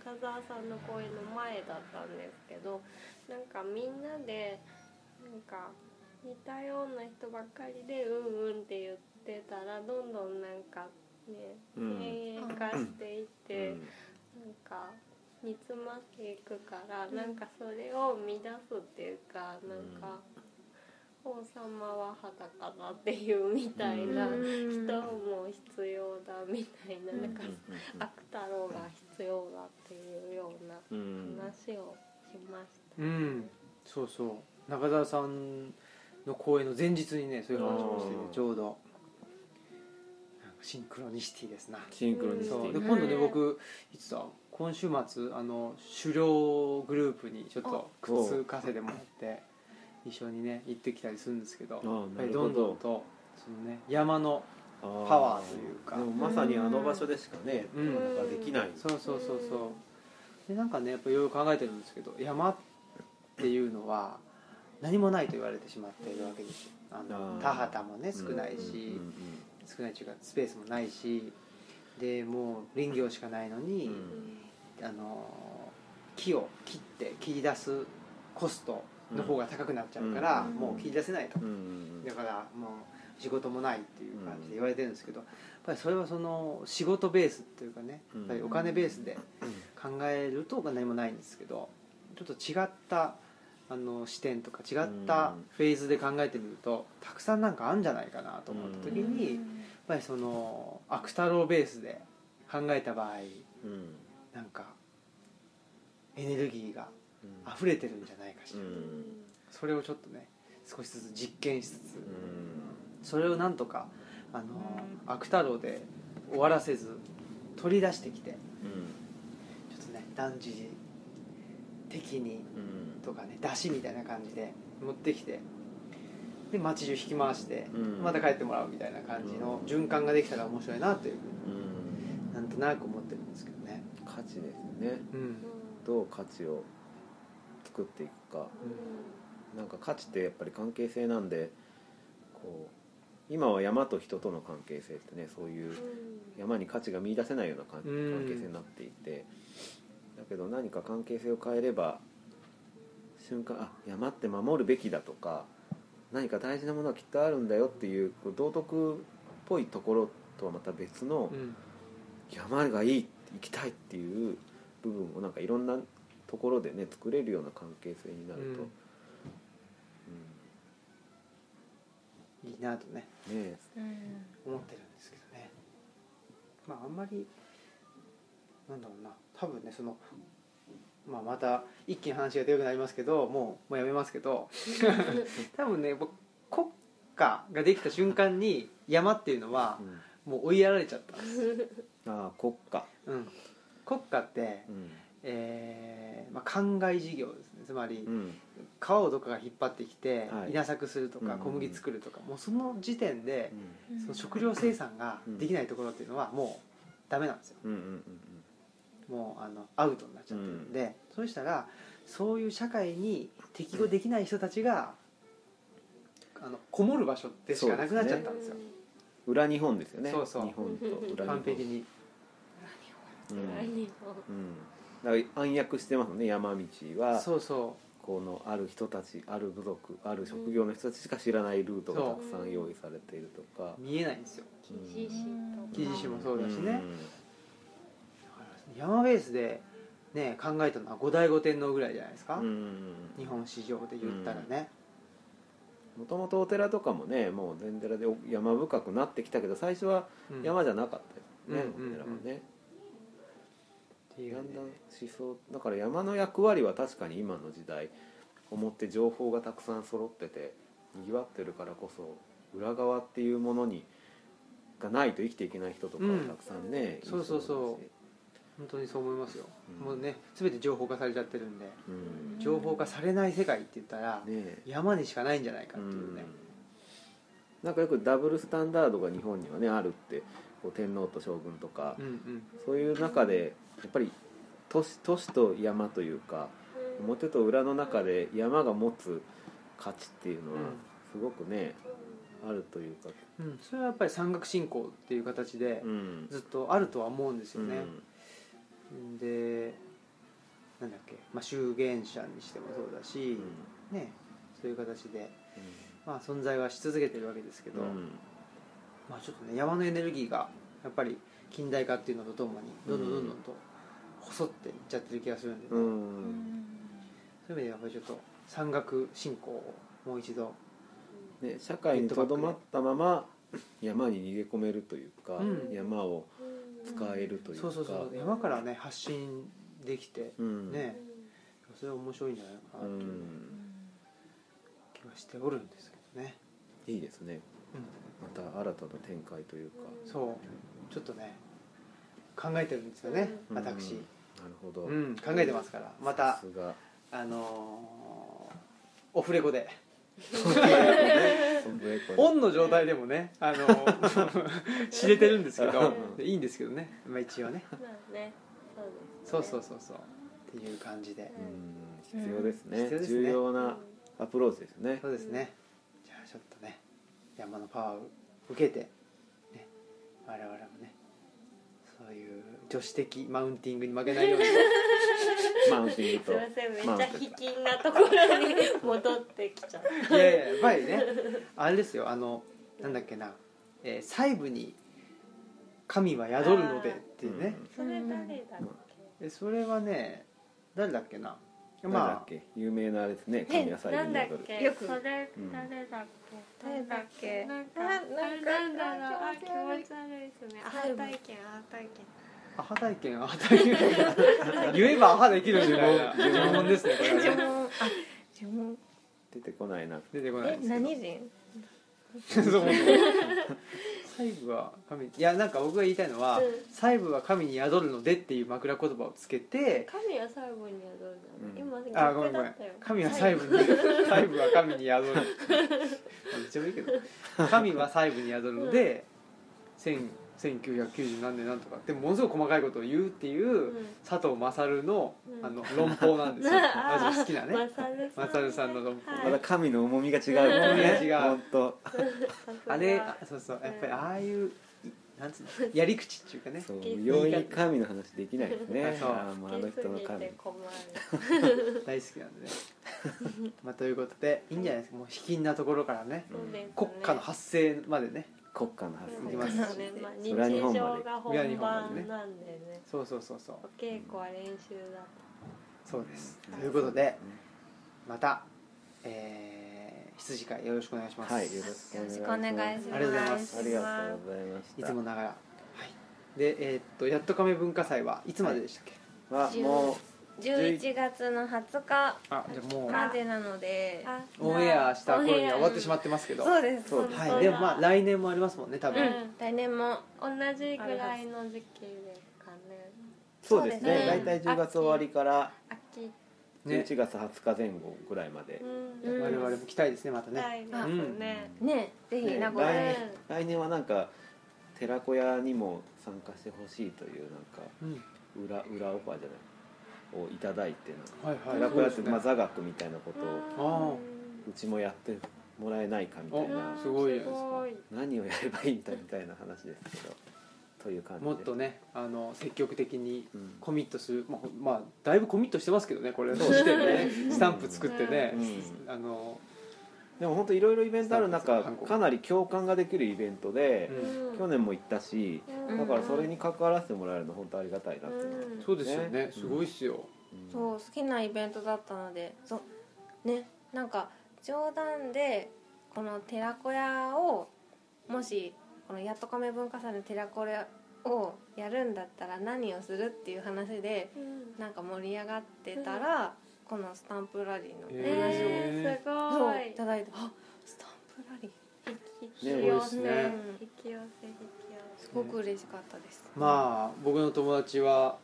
Speaker 2: 中澤さんの公演の前だったんですけどなんかみんなでなんか似たような人ばっかりでうんうんって言ってたらどんどんなんかね
Speaker 3: うん
Speaker 2: 変異化していって。
Speaker 3: うん
Speaker 2: なんか煮詰まっていくから、なんかそれを乱すっていうかなんか、王様は裸だっていうみたいな
Speaker 3: うん
Speaker 2: 人も必要だみたいななんか悪太郎が必要だっていうような
Speaker 3: うん
Speaker 2: 話をしまし
Speaker 1: うんそうそう中澤さんの公演の前日にねそういう話をしてね
Speaker 3: あー
Speaker 1: ちょうどなんかシンクロニシティですな
Speaker 3: シンクロニシテ
Speaker 1: そう
Speaker 3: ィ
Speaker 1: で
Speaker 2: うん
Speaker 1: 今度ね
Speaker 2: うん
Speaker 1: 僕いつだ今週末あの狩猟グループにちょっとくっつかせてもらって一緒にね行ってきたりするんですけどや
Speaker 3: あー
Speaker 1: っぱ
Speaker 3: な
Speaker 1: り
Speaker 3: るほ
Speaker 1: ど
Speaker 3: ど
Speaker 1: んどんとその、ね、山の
Speaker 3: パ
Speaker 1: ワーというか
Speaker 3: でもまさにあの場所でしかね、
Speaker 1: うん
Speaker 3: なんかできない、
Speaker 1: そうそうそう
Speaker 2: う
Speaker 1: そうでなんかねやっぱいろいろ考えてるんですけど山っていうのは何もないと言われてしまっているわけですよあの
Speaker 3: あー
Speaker 1: 田畑もね少ないし、
Speaker 3: うん
Speaker 1: 少ないというかスペースもないしでもう林業しかないのに、
Speaker 3: うん
Speaker 2: た。
Speaker 1: あの木を切って切り出すコストの方が高くなっちゃうから、
Speaker 2: うん
Speaker 1: もう切り出せないと、
Speaker 3: うんうん
Speaker 1: だからもう仕事もないっていう感じで言われてるんですけどやっぱりそれはその仕事ベースっていうかね
Speaker 3: うん
Speaker 1: やっぱりお金ベースで考えると何もないんですけどちょっと違ったあの視点とか違ったフェーズで考えてみるとたくさんなんかあるんじゃないかなと思った時にやっぱりその悪太郎ベースで考えた場合
Speaker 3: うん
Speaker 1: なんかエネルギーが
Speaker 3: うん
Speaker 1: 溢れてるんじゃないかしら、
Speaker 3: うん
Speaker 1: それをちょっとね少しずつ実験しつつ、
Speaker 3: うん
Speaker 1: それをなんとかあの悪太郎で終わらせず取り出してきてちょっとね断じ的に
Speaker 3: うん
Speaker 1: とかね出汁みたいな感じで持ってきてで街中引き回して、
Speaker 3: うん
Speaker 1: また帰ってもらうみたいな感じの循環ができたら面白いなという
Speaker 3: うん
Speaker 1: なんとなく思ってるんですけどね。
Speaker 3: 価値ですね
Speaker 1: うん
Speaker 3: どう価値を作っていくかなんか価値ってやっぱり関係性なんでこう今は山と人との関係性ってねそういう山に価値が見出せないような関
Speaker 1: うん
Speaker 3: 関係性になっていてだけど何か関係性を変えれば瞬間あ山って守るべきだとか何か大事なものはきっとあるんだよっていうこう道徳っぽいところとはまた別の
Speaker 1: うん
Speaker 3: 山がいい行きたいっていう部分をなんかいろんなところでね作れるような関係性になると、
Speaker 1: いいなとね
Speaker 3: うんねえ
Speaker 4: うん
Speaker 1: 思ってるんですけどねまああんまりなんだろうな多分ねその、まあ、また一気に話が出るくなりますけどもうもうやめますけ
Speaker 3: [LAUGHS]
Speaker 1: ど多分ね僕国家ができた瞬間に山っていうのは
Speaker 3: うん
Speaker 1: もう追いやられちゃった、
Speaker 3: ああ国家、
Speaker 1: うん、国家って
Speaker 3: う、ん
Speaker 1: えーまあ、灌漑事業ですねつまり
Speaker 3: うん
Speaker 1: 川をどっかが引っ張ってきて
Speaker 3: はい
Speaker 1: 稲作すると
Speaker 3: うんう
Speaker 1: か
Speaker 3: んうん
Speaker 1: 小麦作るとかもうその時点で、その食料生産ができないところっていうのはもうダメなんですよ
Speaker 3: うんうんうん
Speaker 1: もうあのアウトになっちゃってるんで、そうしたらそういう社会に適合できない人たちが、あのこもる場所でしかなくなっちゃったんですよ
Speaker 3: 裏日本ですよね
Speaker 1: そうそう
Speaker 3: 日本と裏日本
Speaker 1: 完璧に
Speaker 3: うんうん、だから暗躍してますもんね山道は
Speaker 1: そうそ
Speaker 3: このある人たちある部族ある職業の人たちしか知らないルートがたくさん用意されているとか
Speaker 1: う見えないんですよ記事誌もそうだしね、
Speaker 3: ん
Speaker 1: だから山ベースで、ね、考えたのは五大五天王ぐらいじゃないですか、
Speaker 3: うん
Speaker 1: 日本史上で言ったらね、
Speaker 3: もともとお寺とかもねもう禅寺で山深くなってきたけど最初は
Speaker 1: うんっ
Speaker 3: 山じゃなかったよね、
Speaker 1: うん
Speaker 3: お寺はね、
Speaker 1: ていう
Speaker 3: だ
Speaker 1: ね
Speaker 3: んだん思想だから山の役割は確かに今の時代表情報がたくさん揃っててにぎわってるからこそ裏側っていうものにがないと生きていけない人とかはたくさんね、い
Speaker 1: そうそうそう
Speaker 3: だし
Speaker 1: 本当にそう思いますよ、
Speaker 3: うん
Speaker 1: もうね全て情報化されちゃってるんで
Speaker 3: うんね
Speaker 1: 情報化されない世界って言ったら、
Speaker 3: え
Speaker 1: 山にしかないんじゃないか
Speaker 3: う
Speaker 1: っていうんね、
Speaker 3: なんかよくダブルスタンダードが日本にはねあるってこう天皇と将軍とか、
Speaker 1: うんうん
Speaker 3: そういう中でやっぱり都市都市と山というか表と裏の中で山が持つ価値っていうのは
Speaker 1: うん
Speaker 3: すごくね、あるというか、
Speaker 1: うん、それはやっぱり山岳信仰っていう形で
Speaker 3: うん
Speaker 1: ずっとあるとは思うんですよね、
Speaker 3: うん
Speaker 1: でなんだっけ、まあ、修験者にしてもそうだし、ねそういう形で、まあ、存在はし続けてるわけですけど、
Speaker 3: うん
Speaker 1: まあ、ちょっとね山のエネルギーがやっぱり近代化っていうのとともにどんどんどんどんと細っていっちゃってる気がするんで、
Speaker 3: う
Speaker 1: そ
Speaker 3: ん
Speaker 1: ういう意味ではやっぱりちょっと山岳信仰をもう一度
Speaker 3: ね、社会にとどまったまま山に逃げ込めるというか、
Speaker 1: うん
Speaker 3: 山を
Speaker 2: うん
Speaker 3: 使えるというか、
Speaker 1: そうそうそう山からね発信できて
Speaker 3: うん
Speaker 2: う
Speaker 1: ね
Speaker 2: ん
Speaker 1: それは面白いんじゃないか
Speaker 3: う、
Speaker 1: なというん気はしておるんですけどね、
Speaker 3: いいですね
Speaker 1: う
Speaker 3: また新たな展開というか、
Speaker 1: ん、そうちょっとね考えてるんですよね、
Speaker 3: うん
Speaker 1: 私、
Speaker 3: なるほど、
Speaker 1: うん、考えてますからま
Speaker 3: さ
Speaker 1: た
Speaker 3: すが
Speaker 1: あのーオフレコでオ
Speaker 3: オン
Speaker 1: ンの状態でもね、あのー [LAUGHS] 知れてるんですけど
Speaker 2: う
Speaker 1: いいんですけどね、まあ、一応ね
Speaker 2: まあね
Speaker 1: そうそう
Speaker 2: そ
Speaker 1: そうそうっていう感じで
Speaker 3: 必要ですね,、
Speaker 1: うん必要ですね
Speaker 3: 重要
Speaker 2: う
Speaker 3: なアプローチですね
Speaker 1: そうですねじゃあちょっとね山のパワーを受けて、ね、我々もねそういう女子的マウンティングに負け
Speaker 3: [LAUGHS]
Speaker 1: ないように
Speaker 3: マウンティング
Speaker 2: す
Speaker 3: と
Speaker 2: いませんめっ
Speaker 3: マウン
Speaker 2: ち
Speaker 3: テ
Speaker 2: ゃ
Speaker 3: ィング
Speaker 2: 卑近なところに戻ってきちゃう
Speaker 1: いやいややっぱりねあれですよあのなんだっけな、えー細部に神は宿るのでっていうね、
Speaker 2: それ誰だっ
Speaker 1: えそれはね誰だっけな
Speaker 3: うんなんだ
Speaker 1: ま
Speaker 3: っけ有名なあれですね
Speaker 2: けえ
Speaker 3: 神野菜
Speaker 2: なんだっけ
Speaker 4: よく
Speaker 2: それ誰
Speaker 3: うん
Speaker 2: だっけ
Speaker 4: 誰だっけ
Speaker 2: なんか
Speaker 4: あ
Speaker 2: あ
Speaker 4: なんか
Speaker 2: なんだろうあ
Speaker 4: 気
Speaker 2: 気
Speaker 4: 持
Speaker 2: 持
Speaker 4: ち悪い
Speaker 2: ち悪いですねアハ
Speaker 4: 最後
Speaker 2: 体験アハ体験
Speaker 1: あアハ体験アハ体験言えばアハできるみたいな呪文ですねこれは
Speaker 4: 呪
Speaker 1: ね
Speaker 4: 文あ呪文
Speaker 3: 出てこないな
Speaker 1: 出てこない
Speaker 4: え
Speaker 1: ですけど
Speaker 4: 何人
Speaker 1: そう細部は神いやなんか僕が言いたいのは、
Speaker 2: うん
Speaker 1: 細部は神に宿るのでっていう枕言葉をつけて
Speaker 2: 神は最後に宿る
Speaker 3: うん
Speaker 2: んだね今
Speaker 1: あごめん
Speaker 2: 逆
Speaker 1: ご
Speaker 2: だ
Speaker 1: めん
Speaker 2: ったよ
Speaker 1: 神は細部に細部は神に
Speaker 2: [LAUGHS]
Speaker 1: 宿るまあどっちもいいけど神は細部に宿るので、千1990何年なんとかってものすごく細かいことを言うっていう、
Speaker 2: うん
Speaker 1: 佐藤勝の,、
Speaker 2: うん
Speaker 1: あの論法なんですよ
Speaker 2: [LAUGHS] [LAUGHS] あー
Speaker 1: 私好きなね
Speaker 2: マサル
Speaker 1: マサルさんの論法
Speaker 2: はい
Speaker 3: まだ神の重みが違う
Speaker 1: 重みが違う
Speaker 3: 本当
Speaker 2: さすが
Speaker 1: あれあそうそうやっぱりああいう、いなんつうのやり口っていうかね
Speaker 3: そう
Speaker 2: 気づい
Speaker 3: 容易に神の話できないですね
Speaker 1: そう
Speaker 3: あーもうあの人
Speaker 2: 聞
Speaker 3: の
Speaker 2: きすぎ
Speaker 3: 神
Speaker 2: て困る
Speaker 1: 大好きなんでね [LAUGHS] まあということでいいんじゃないですかもう卑近なところからね
Speaker 2: そうですね
Speaker 1: 国家の発生までね
Speaker 3: 国家の発
Speaker 2: そう
Speaker 1: 行き
Speaker 2: で
Speaker 1: ますす
Speaker 2: ねまあ日
Speaker 3: 裏日本ま
Speaker 2: 常
Speaker 3: で
Speaker 2: が
Speaker 1: 裏日
Speaker 2: 本
Speaker 1: 本までね
Speaker 2: 番なんでね
Speaker 1: そうそうそうそう
Speaker 2: お稽古は練習だ
Speaker 1: そうです
Speaker 2: うん
Speaker 1: ということでまたえー、羊会よろしくお願いします、
Speaker 3: はい
Speaker 1: い
Speaker 3: よ
Speaker 4: よろ
Speaker 3: ろ
Speaker 4: し
Speaker 3: し
Speaker 4: く
Speaker 3: く
Speaker 4: お
Speaker 3: お
Speaker 4: 願
Speaker 3: 願
Speaker 4: い
Speaker 3: い
Speaker 4: し
Speaker 3: し
Speaker 4: ま
Speaker 3: ま
Speaker 1: ありがと
Speaker 3: すす
Speaker 1: うございます
Speaker 3: ありがとうございました
Speaker 1: つもながらはいでえーっとやっと亀文化祭はいつまででしたっけ、
Speaker 3: はも
Speaker 4: 11月の20日
Speaker 1: あじゃあもう
Speaker 4: までなので
Speaker 2: あ
Speaker 1: オンエアした頃には終わってしまってますけど、
Speaker 4: そうです
Speaker 3: そう
Speaker 2: そう
Speaker 1: は
Speaker 2: だ
Speaker 1: い、でもまあ来年もありますもんね多
Speaker 4: う
Speaker 1: 分、
Speaker 4: ん来年も
Speaker 2: 同じぐらいの時期ですかね
Speaker 3: うそうです
Speaker 1: そうで
Speaker 3: ね
Speaker 1: すね
Speaker 3: 大体10月終わりから
Speaker 2: 秋
Speaker 1: ね
Speaker 3: 11月20日前後ぐらいまで
Speaker 2: うん
Speaker 1: 我々も来たいですねまたね、
Speaker 2: たいです
Speaker 4: あ
Speaker 2: ね
Speaker 4: ねぜひ
Speaker 3: ね
Speaker 4: 名古屋
Speaker 2: ね
Speaker 4: へ
Speaker 3: 来来年はなんか寺子屋にも参加してほしいというなんか
Speaker 1: うん
Speaker 3: 裏裏オファーじゃないをいただいてなんか
Speaker 1: はいはい
Speaker 3: 寺子屋って、まあ、
Speaker 1: ず
Speaker 3: 座学みたいなこと
Speaker 1: あ
Speaker 3: をうちもやってもらえないかみたいな
Speaker 1: おすごいじゃないですか
Speaker 2: い
Speaker 3: 何をやればいいんだみたいな話ですけどという感じで
Speaker 1: もっとねあの積極的に
Speaker 3: うん
Speaker 1: コミットする、まあ、まあだいぶコミットしてますけどねこれ
Speaker 3: そうですね
Speaker 1: ねスタンプ作ってね、
Speaker 3: う
Speaker 1: あの
Speaker 3: でも本当いろいろイベントある
Speaker 1: そう
Speaker 3: 中
Speaker 1: ですね
Speaker 3: かなり共感ができるイベントで、
Speaker 2: うん
Speaker 3: 去年も行ったし
Speaker 2: うん
Speaker 3: だからそれに関わらせてもらえるの本当ありがたいなっていうのは、
Speaker 2: うん
Speaker 1: そうですよね
Speaker 3: ね
Speaker 1: すごいっすよ、
Speaker 3: うん
Speaker 4: そう好きなイベントだったのでそうねなんか冗談でこの寺子屋をもしこのやっとかめ文化祭の寺子屋をやるんだったら何をするっていう話で
Speaker 2: うん
Speaker 4: なんか盛り上がってたら、このスタンプラリーの
Speaker 1: へ
Speaker 2: えーす
Speaker 4: そ
Speaker 2: ご
Speaker 4: うい
Speaker 2: い
Speaker 4: ただいてあスタンプラリー
Speaker 2: 引き寄せ、
Speaker 1: ね
Speaker 2: 引き寄せ引き寄せ
Speaker 4: すごく嬉しかったです、
Speaker 1: まあ僕の友達は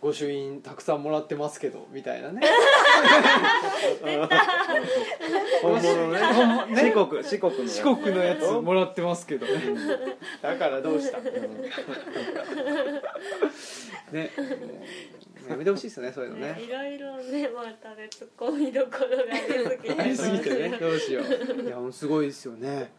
Speaker 1: 御朱印たくさんもらってますけどみたい
Speaker 3: [LAUGHS]
Speaker 1: なね
Speaker 3: 本物のね四国四国のやつ
Speaker 1: 四国のやつもらってますけどねだからどうしたねやめてほしいですよねそういうの
Speaker 2: ね、
Speaker 1: ね
Speaker 2: いろいろね、またね、突っ込みどころが出すぎて。
Speaker 1: [LAUGHS] ありすぎてねどうしよ
Speaker 3: [LAUGHS]
Speaker 1: ういやもうすごいですよね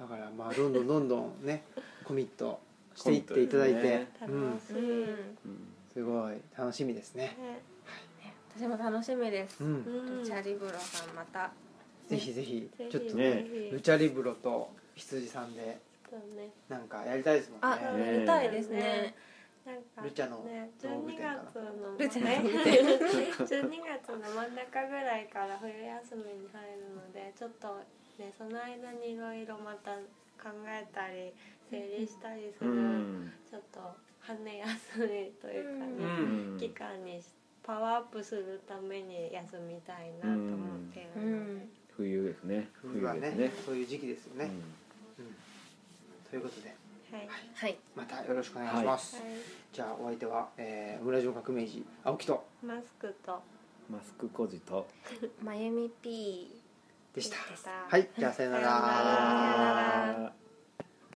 Speaker 1: だからまあどんどんどんどんねコミットしていっていただいて、
Speaker 3: コミットですね
Speaker 1: うん
Speaker 2: 楽し
Speaker 4: う
Speaker 2: い。
Speaker 4: ん
Speaker 2: ね、
Speaker 3: うん
Speaker 1: すごい楽しみですね
Speaker 4: 私も楽しみです、
Speaker 1: う
Speaker 2: うんん、
Speaker 4: チャリブロさんまた
Speaker 1: ぜひぜひ
Speaker 2: ぜひ
Speaker 1: ちょっと
Speaker 3: ね
Speaker 2: ぜひ
Speaker 1: ルチャリブロと羊さんで
Speaker 2: そうね、
Speaker 1: なんかやりたいですもん
Speaker 4: あ、
Speaker 1: ね
Speaker 4: やりたいですね。
Speaker 2: なんか
Speaker 1: ルチャの
Speaker 2: ね、
Speaker 1: 道
Speaker 2: 12
Speaker 1: 具店
Speaker 2: 月
Speaker 1: かな
Speaker 2: の
Speaker 4: ルチャの
Speaker 2: [LAUGHS] 12月の真ん中ぐらいから冬休みに入るのでちょっとねその間にいろいろまた考えたり整理したりす
Speaker 3: う
Speaker 2: る、
Speaker 3: ん
Speaker 2: ちょっと羽休みというかね、
Speaker 4: うん
Speaker 3: うん
Speaker 2: 期間にパワーアップするために休みたいなと思っているので、
Speaker 4: うん
Speaker 3: 冬ですね
Speaker 1: 冬は
Speaker 3: で
Speaker 1: ね
Speaker 3: すね
Speaker 1: そういう時期ですよね、うんということで
Speaker 2: はい、は
Speaker 4: はい
Speaker 1: またよろしくお願いします、
Speaker 2: い、
Speaker 1: じゃあお相手は、えー、オムラジオ革命児青木と
Speaker 2: マスクと
Speaker 3: うんマスク小路と
Speaker 4: まゆみ P
Speaker 1: でした
Speaker 4: でした
Speaker 1: はいじゃあさような
Speaker 2: さような
Speaker 1: ら
Speaker 2: ら